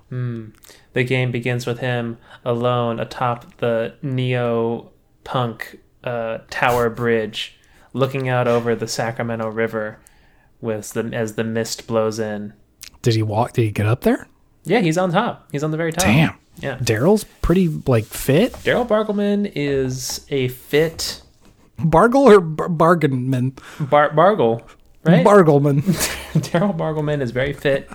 The game begins with him alone atop the neo punk uh, tower bridge, looking out over the Sacramento River with the, as the mist blows in. Did he walk? Did he get up there? Yeah, he's on top. He's on the very top. Damn. Yeah. Daryl's pretty like fit. Daryl Bargleman is a fit Bargle or bar- Bargainman? bar- Bargle, right? Bargleman. Daryl Bargleman is very fit,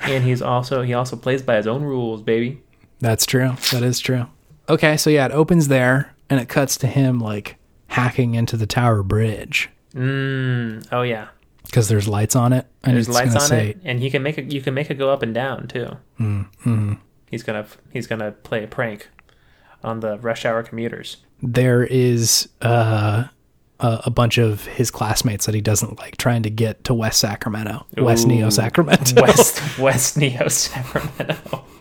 and he's also he also plays by his own rules, baby. That's true. That is true. Okay, so yeah, it opens there and it cuts to him like hacking into the tower bridge Mm, oh yeah, because there's lights on it. And there's it's lights gonna on say, it, and he can make it. You can make it go up and down too. Mm, Mm-hmm. He's gonna he's gonna play a prank on the rush hour commuters. There is uh, a, a bunch of his classmates that he doesn't like trying to get to West Sacramento, West Ooh. Neo Sacramento. West West Neo Sacramento.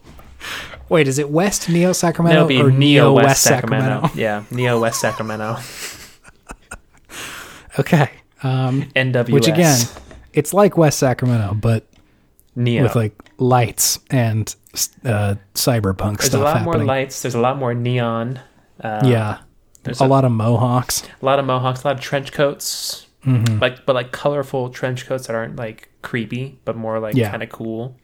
Wait, is it West Neo That would Sacramento be or Neo West, Sacramento. Sacramento? Yeah, Neo West Sacramento. Okay. Um, NWS. which again, it's like West Sacramento, but Neo. with like lights and uh, cyberpunk there's a stuff lot happening. more lights. There's a lot more neon. Uh, yeah, there's a, a- lot of mohawks. Mm-hmm. A lot of mohawks. A lot of trench coats. Like, but like colorful trench coats that aren't like creepy, but more like Yeah. kind of cool.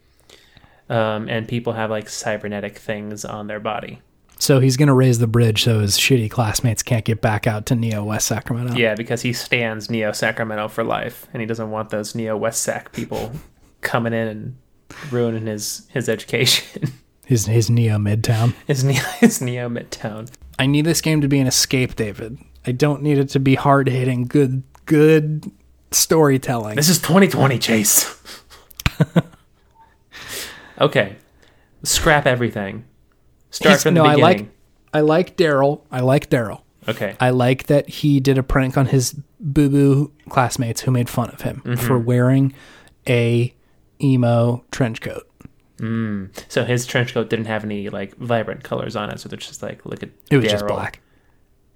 Um, and people have like cybernetic things on their body. So he's gonna raise the bridge so his shitty classmates can't get back out to Neo West Sacramento. Yeah, because he stands Neo Sacramento for life, and he doesn't want those Neo West Sac people coming in and ruining his his education. His his Neo Midtown. his Neo his Neo Midtown. I need this game to be an escape, David. I don't need it to be hard hitting, good good storytelling. This is 2020, Chase. okay, scrap everything. Start He's- from the no, beginning. I like I like Daryl. I like Daryl. okay, I like that he did a prank on his boo boo classmates who made fun of him Mm-hmm. for wearing a emo trench coat. so his trench coat didn't have any like vibrant colors on it, so they're just like, look at It was Daryl. just black.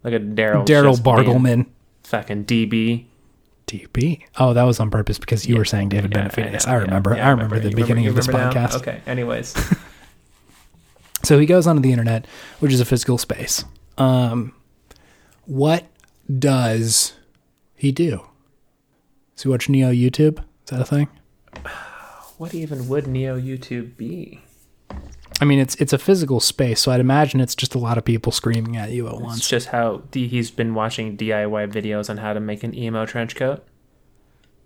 Look at Daryl. Daryl just being Bargleman. fucking DB. DP. Oh, that was on purpose because you were saying David Yeah, Benefides. know, I, yeah, remember. yeah, I remember the You beginning you of this remember now? podcast. Okay. Anyways, So he goes onto the internet, which is a physical space. Um, what does he do? Does he watch Neo YouTube? Is that a thing? what even would Neo YouTube be? I mean, it's it's a physical space, so I'd imagine it's just a lot of people screaming at you at It's once. just how D- he's been watching DIY videos on how to make an emo trench coat.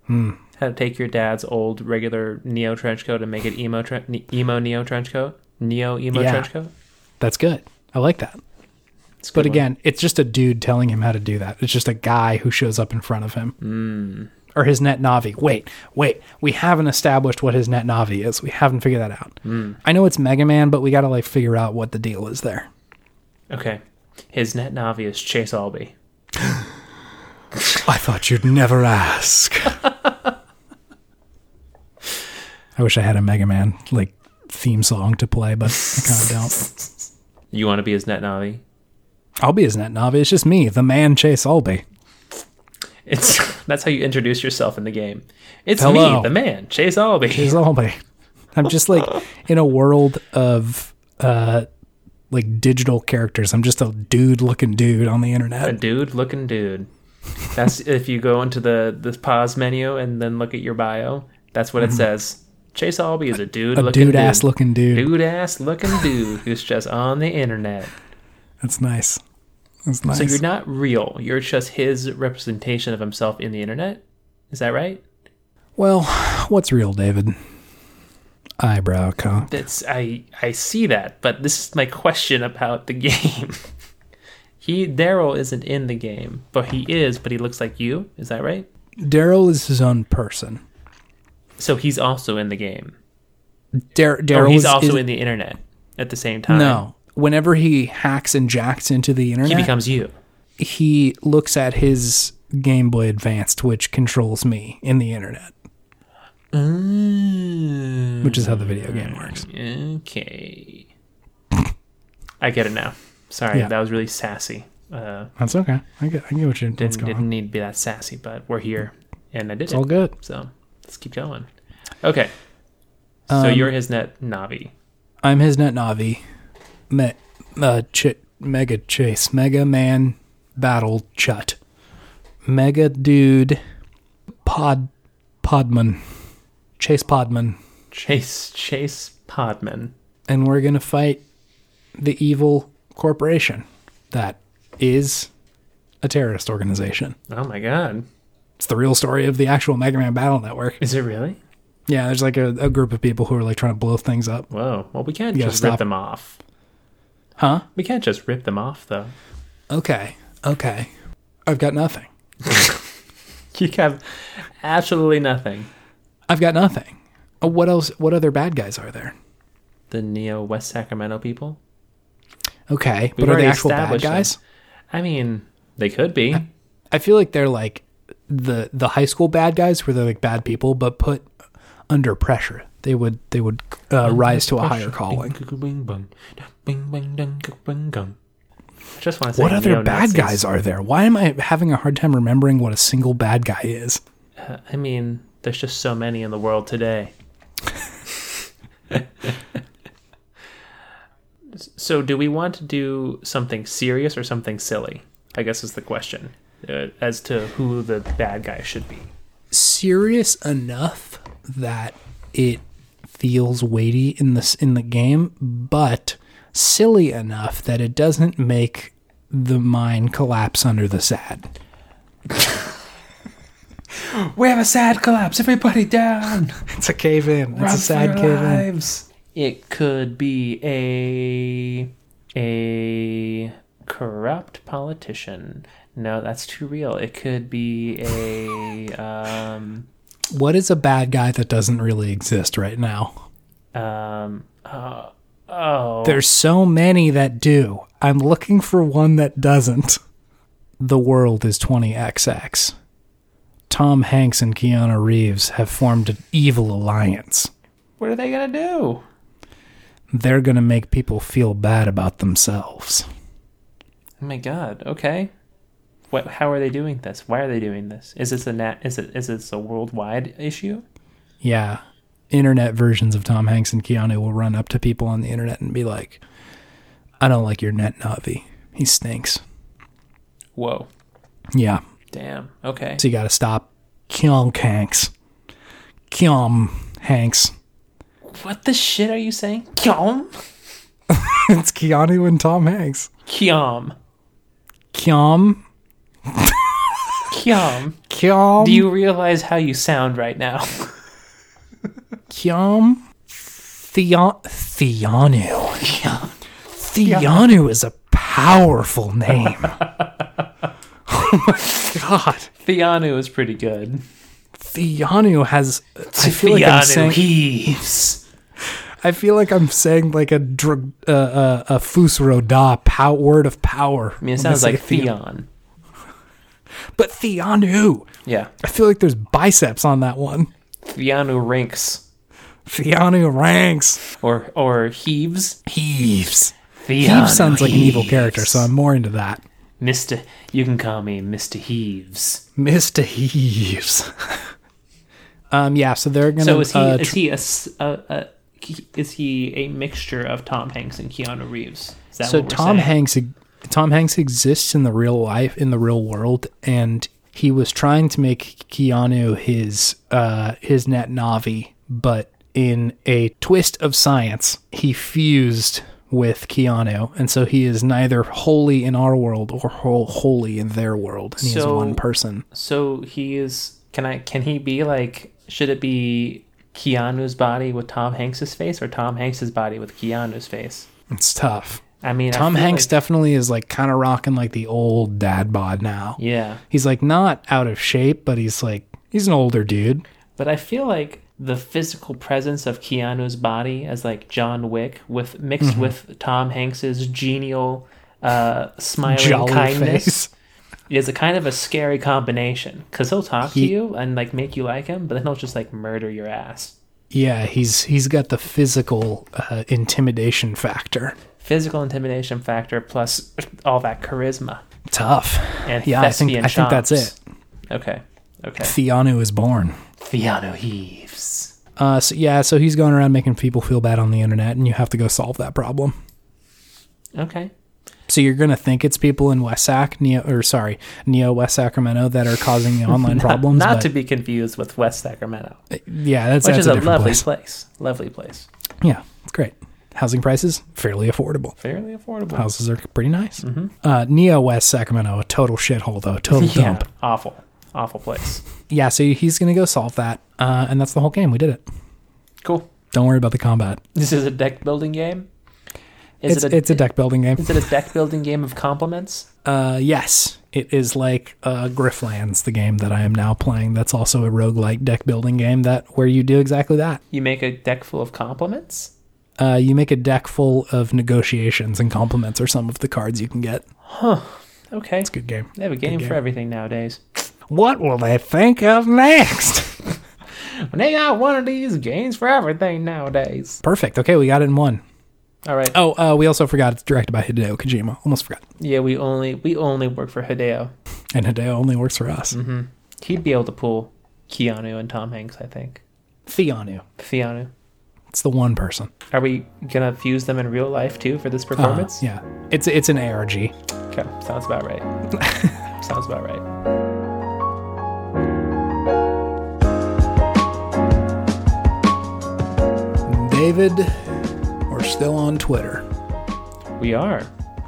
Hmm. How to take your dad's old regular neo trench coat and make it emo tre- ne- emo neo trench coat, neo emo Yeah. trench coat. That's good. I like that. It's a But good one. again, it's just a dude telling him how to do that. It's just a guy who shows up in front of him. Or his net Navi. Wait, wait. We haven't established what his net Navi is. We haven't figured that out. I know it's Mega Man, but we got to like figure out what the deal is there. okay, his net navi is Chase Albee. I thought you'd never ask. I wish I had a Mega Man like theme song to play, but I kind of don't. You want to be his net navi? I'll be his net Navi. It's just me, the man Chase Albee. It's that's how you introduce yourself in the game. It's Hello. me, the man, Chase Albee. Chase Albee. I'm just like in a world of uh like digital characters. I'm just a dude looking dude on the a internet. dude looking dude. That's if you go into the the pause menu and then look at your bio. That's what it says. Chase Albee is a dude Mm-hmm. A looking dude ass looking dude. dude ass looking dude who's just on the internet. That's nice. That's nice. So you're not real. You're just his representation of himself in the internet. Is that right? well, what's real, David? Eyebrow cock. That's I I see that, but this is my question about the game. he Daryl isn't in the game, but he is. But he looks like you. Is that right? Daryl is his own person. So he's also in the game. Dar- Or Daryl Oh, he's is, also is- in the internet at the same time. no. Whenever he hacks and jacks into the internet, He becomes you. he looks at his Game Boy Advanced, which controls me in the internet, which is how the video Mm. game works. Okay. I get it now. Sorry, Yeah. that was really sassy. Uh, That's okay. I get, I get what you're what's didn't, going didn't on. need to be that sassy, but we're here, and I did All it. good. So let's keep going. Okay. So Um, you're his net Navi. I'm his net Navi, me, uh, ch- Mega Chase, Mega Man Battle Chut, Mega Dude Pod Podman, Chase Podman, Chase Chase Podman. and we're gonna fight the evil corporation that is a terrorist organization. Oh my god. It's the real story of the actual Mega Man Battle Network. Is it really? Yeah, there's like a, a group of people who are like trying to blow things up. Whoa. Well, we can't You gotta just stop. rip them off. Huh? We can't just rip them off, though. Okay. Okay. I've got nothing. You have absolutely nothing. I've got nothing. Uh, What else? What other bad guys are there? The Neo West Sacramento people. Okay, We've but are they already actual bad established guys? I mean, they could Uh, be. I feel like they're like the the high school bad guys, where they're like bad people, but put under pressure. they would they would uh, rise to a higher calling. I just want to say What other bad neo-Nazis. guys are there? Why am I having a hard time remembering what a single bad guy is? Uh, I mean, there's just so many in the world today. so, do we want to do something serious or something silly? I guess is the question uh, as to who the bad guy should be. serious enough that it feels weighty in this in the game, but silly enough that it doesn't make the mind collapse under the sad. We have a sad collapse. Everybody down. It's a cave in. It's a sad cave in. lives. It could be a a corrupt politician. No, that's too real. It could be a um What is a bad guy that doesn't really exist right now? um uh, oh There's so many that do. I'm looking for one that doesn't. The world is 20XX. Tom Hanks and Keanu Reeves have formed an evil alliance. what are they gonna do? they're going to make people feel bad about themselves. Oh my god. Okay. What? How are they doing this? Why are they doing this? Is this a nat? Is it is this a worldwide issue? Yeah. Internet versions of Tom Hanks and Keanu will run up to people on the internet and be like, I don't like your net Navi. He stinks. Whoa. Yeah. Damn. Okay. So you got to stop. Kyung Hanks. Kyung Hanks. What the shit are you saying? Kyom. it's Keanu and Tom Hanks. Kyom. Kyum. Kyom. Kyum. Do you realize how you sound right now? Kyum. Theon- Theanu. Theanu is a powerful name. oh my god. Theanu is pretty good. Theanu has I feel like I'm saying heaves. I feel like I'm saying like a dr- uh, uh, a Fusro da pow- word of power. I mean, it when I sounds say like Theon. Theon. But Theanu. Yeah. I feel like there's biceps on that one. Theanu rinks. Theanu ranks. Or or heaves. Heaves. Theanu Heaves sounds like an evil character, heaves. so I'm more into that. Mr. You can call me Mr. Heaves. Mr. Heaves. um yeah, so they're going to So is he uh, is he a, s- a- a- is he a mixture of Tom Hanks and Keanu Reeves? Is that so what we're Tom saying? Hanks e-, Tom Hanks exists in the real life in the real world and he was trying to make Keanu his uh his net Navi but in a twist of science he fused with Keanu and so he is neither wholly in our world or whole, wholly in their world and he is So- one person So he is. Can I? Can he be like? Should it be Keanu's body with Tom Hanks's face, or Tom Hanks's body with Keanu's face? it's tough I mean, I Tom feel Hanks like- definitely is like kind of rocking like the old dad bod now yeah, he's like not out of shape but he's like he's an older dude but I feel like the physical presence of Keanu's body as like John Wick, with mixed with Tom Hanks's genial, uh, smiling jolly kindness, face is a kind of a scary combination. Because he'll talk He- to you and like make you like him, but then he'll just like murder your ass. Yeah, he's he's got the physical uh, intimidation factor. Physical intimidation factor plus all that charisma. Tough. and yeah, I think I think that's it. Okay. Okay. Theanu is born. Theano heaves. Uh, so yeah, so he's going around making people feel bad on the internet, and you have to go solve that problem. Okay. So you're gonna think it's people in West Sac, Neo, or sorry, Neo West Sacramento that are causing the online problems. Not but- to be confused with West Sacramento, yeah, that's which that's is a, a, different lovely place. place. Lovely place. Yeah, it's great. Housing prices fairly affordable. Fairly affordable. Houses are pretty nice. Uh, Neo West Sacramento, a total shithole though, total Mm-hmm. yeah. dump. Awful. Awful place. Yeah, so he's gonna go solve that, uh, and that's the whole game. We did it. Cool. Don't worry about the combat. This is a deck building game. Is It's, it a, it's a deck building game. is it a deck building game of compliments? Uh, yes, it is like uh, Grifflands, the game that I am now playing. That's also a roguelike deck building game that where you do exactly that. You make a deck full of compliments? Uh, you make a deck full of negotiations and compliments are some of the cards you can get. Okay. Good game. They have a game, game. for everything nowadays. What will they think of next? they got one of these games for everything nowadays. Perfect. Okay, we got it in one. All right. Oh, uh, we also forgot it's directed by Hideo Kojima. Almost forgot. Yeah, we only we only work for Hideo. And Hideo only works for us. Mm-hmm. He'd be able to pull Keanu and Tom Hanks, I think. Theanu. Keanu. It's the one person. Are we gonna fuse them in real life too for this Uh, performance? yeah. It's it's an ARG. Okay, sounds about right. sounds about right. David, we're still on Twitter. We are.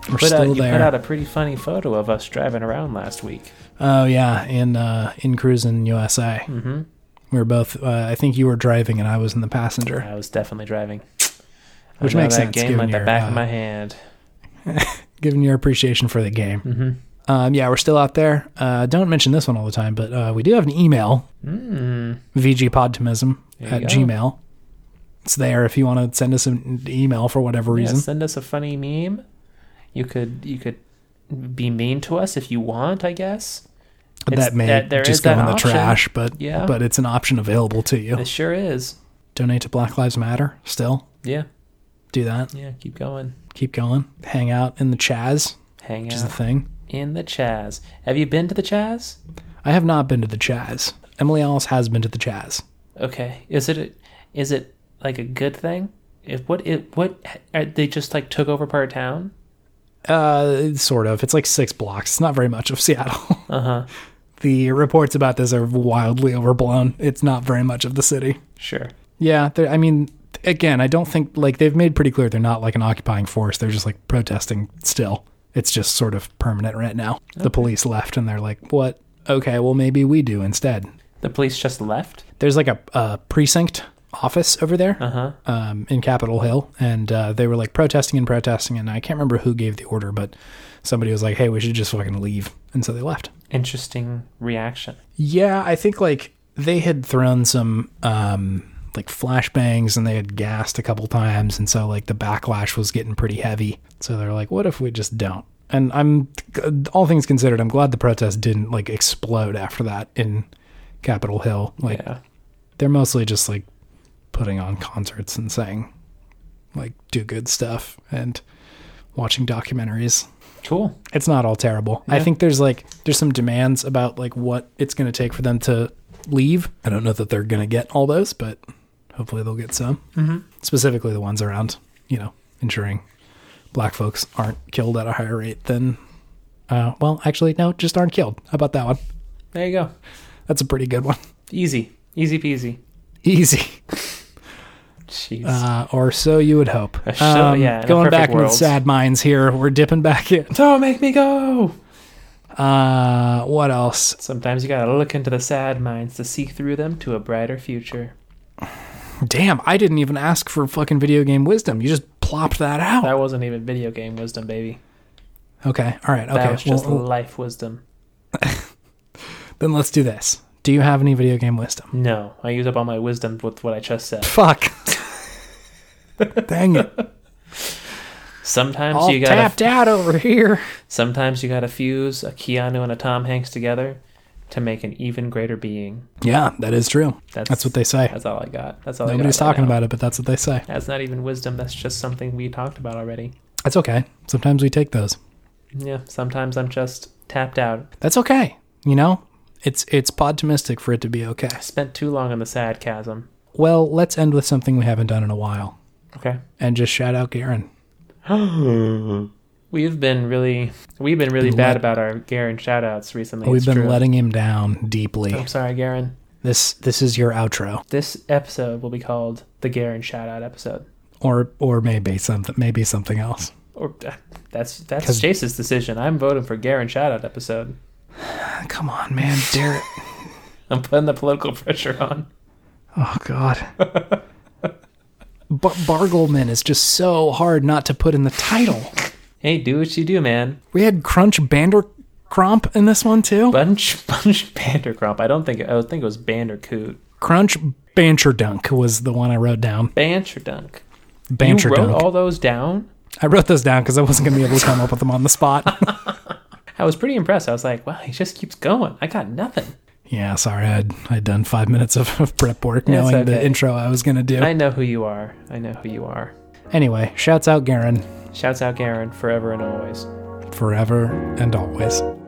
We're Put out, still you there. put out a pretty funny photo of us driving around last week. oh yeah, in uh, in cruising USA. Hmm. Mm-hmm. We were both. Uh, I think you were driving and I was in the passenger, I was definitely driving. I Which know makes that sense, Game given like the your, back of uh, my hand. giving your appreciation for the game. Mm-hmm. Um, yeah, we're still out there. Uh, don't mention this one all the time, but uh, we do have an email, Mm, vgpodtimism There at you go. Gmail. It's there if you want to send us an email for whatever yeah, reason. send us a funny meme. You could you could be mean to us if you want. I guess But It's- that may that- there is just go that in the option. trash, but Yeah. but it's an option available to you. it sure is. Donate to Black Lives Matter. Still Yeah, do that. yeah. Keep going. Keep going. Hang out in the Chaz, Hang which is out the thing. in the Chaz. Have you been to the Chaz? I have not been to the Chaz. Emily Alice has been to the Chaz. Okay. Is it a, is it like a good thing? If what it what are they just like took over part of town? Uh, sort of. It's like six blocks. It's not very much of Seattle. Uh huh. the reports about this are wildly overblown. It's not very much of the city. Sure. Yeah, they're- I mean, again, I don't think like they've made pretty clear they're not like an occupying force. They're just like protesting still. It's just sort of permanent right now. The police left and they're like, "What? Okay, well maybe we do instead." The police just left. There's like a, a precinct office over there Uh huh. um, in Capitol Hill, and uh, they were like protesting and protesting, and I can't remember who gave the order, but somebody was like, "Hey, we should just fucking leave," and so they left. Interesting reaction. Yeah, I think like they had thrown some um like flashbangs and they had gassed a couple times and so like the backlash was getting pretty heavy. So they're like what if we just don't? And I'm all things considered, I'm glad the protest didn't like explode after that in Capitol Hill. Like Yeah. they're mostly just like putting on concerts and saying like do good stuff and watching documentaries Cool. it's not all terrible. I Yeah. think there's like there's some demands about like what it's going to take for them to leave. I don't know that they're going to get all those, but hopefully they'll get some. Mm-hmm. Specifically the ones around, you know, ensuring black folks aren't killed at a higher rate than uh well, actually no, just aren't killed. How about that one? There you go. That's a pretty good one. Easy. Easy peasy. Easy. Jeez. Uh, or so you would hope. Um, Uh, so- yeah, in a going perfect back into world. sad minds here. We're dipping back in. don't make me go. Uh, what else? Sometimes you gotta look into the sad minds to see through them to a brighter future. Damn, I didn't even ask for fucking video game wisdom. You just plopped that out. That wasn't even video game wisdom, baby. okay, all right, That okay. was just Well, life wisdom. then let's do this. Do you have any video game wisdom? No, I used up all my wisdom with what I just said. Fuck. Dang it. Sometimes All you gotta tapped out over here. Sometimes you gotta fuse a Keanu and a Tom Hanks together to make an even greater being. Yeah, that is true. That's That's what they say. That's all I got. That's all Nobody's I got right talking now. about it, but that's what they say. That's not even wisdom. That's just something we talked about already. That's okay. Sometimes we take those. Yeah. Sometimes I'm just tapped out. That's okay. You know? It's it's podtimistic for it to be okay. I spent too long on the sad chasm. Well, let's end with something we haven't done in a while. Okay. And just shout out Garen. We've been really, we've been really Been bad let- about our Garen shoutouts recently. We've It's been true. Oh, letting him down deeply. I'm sorry, Garen. This this is your outro. This episode will be called the Garen shoutout episode. or or maybe something maybe something else. Or uh, that's that's 'Cause- Chase's decision. I'm voting for Garen shoutout episode. Uh, Come on, man, Derek. I'm putting the political pressure on. Oh God. Bar- Bargleman is just so hard not to put in the title. Hey, do what you do, man. We had Crunch Bandercromp in this one too. Bunch, bunch, Vandercrump. I don't think I think it was Bandercoot. Crunch Banterdunk was the one I wrote down. Bancherdunk. You wrote Banterdunk. all those down. I wrote those down because I wasn't going to be able to come up with them on the spot. I was pretty impressed. I was like, wow, he just keeps going. I got nothing. Yeah, sorry, I'd I'd done five minutes of, of prep work knowing It's the okay. intro I was gonna do. I know who you are. I know who you are. Anyway, shouts out Garen Shouts out Garen forever and always. forever and always.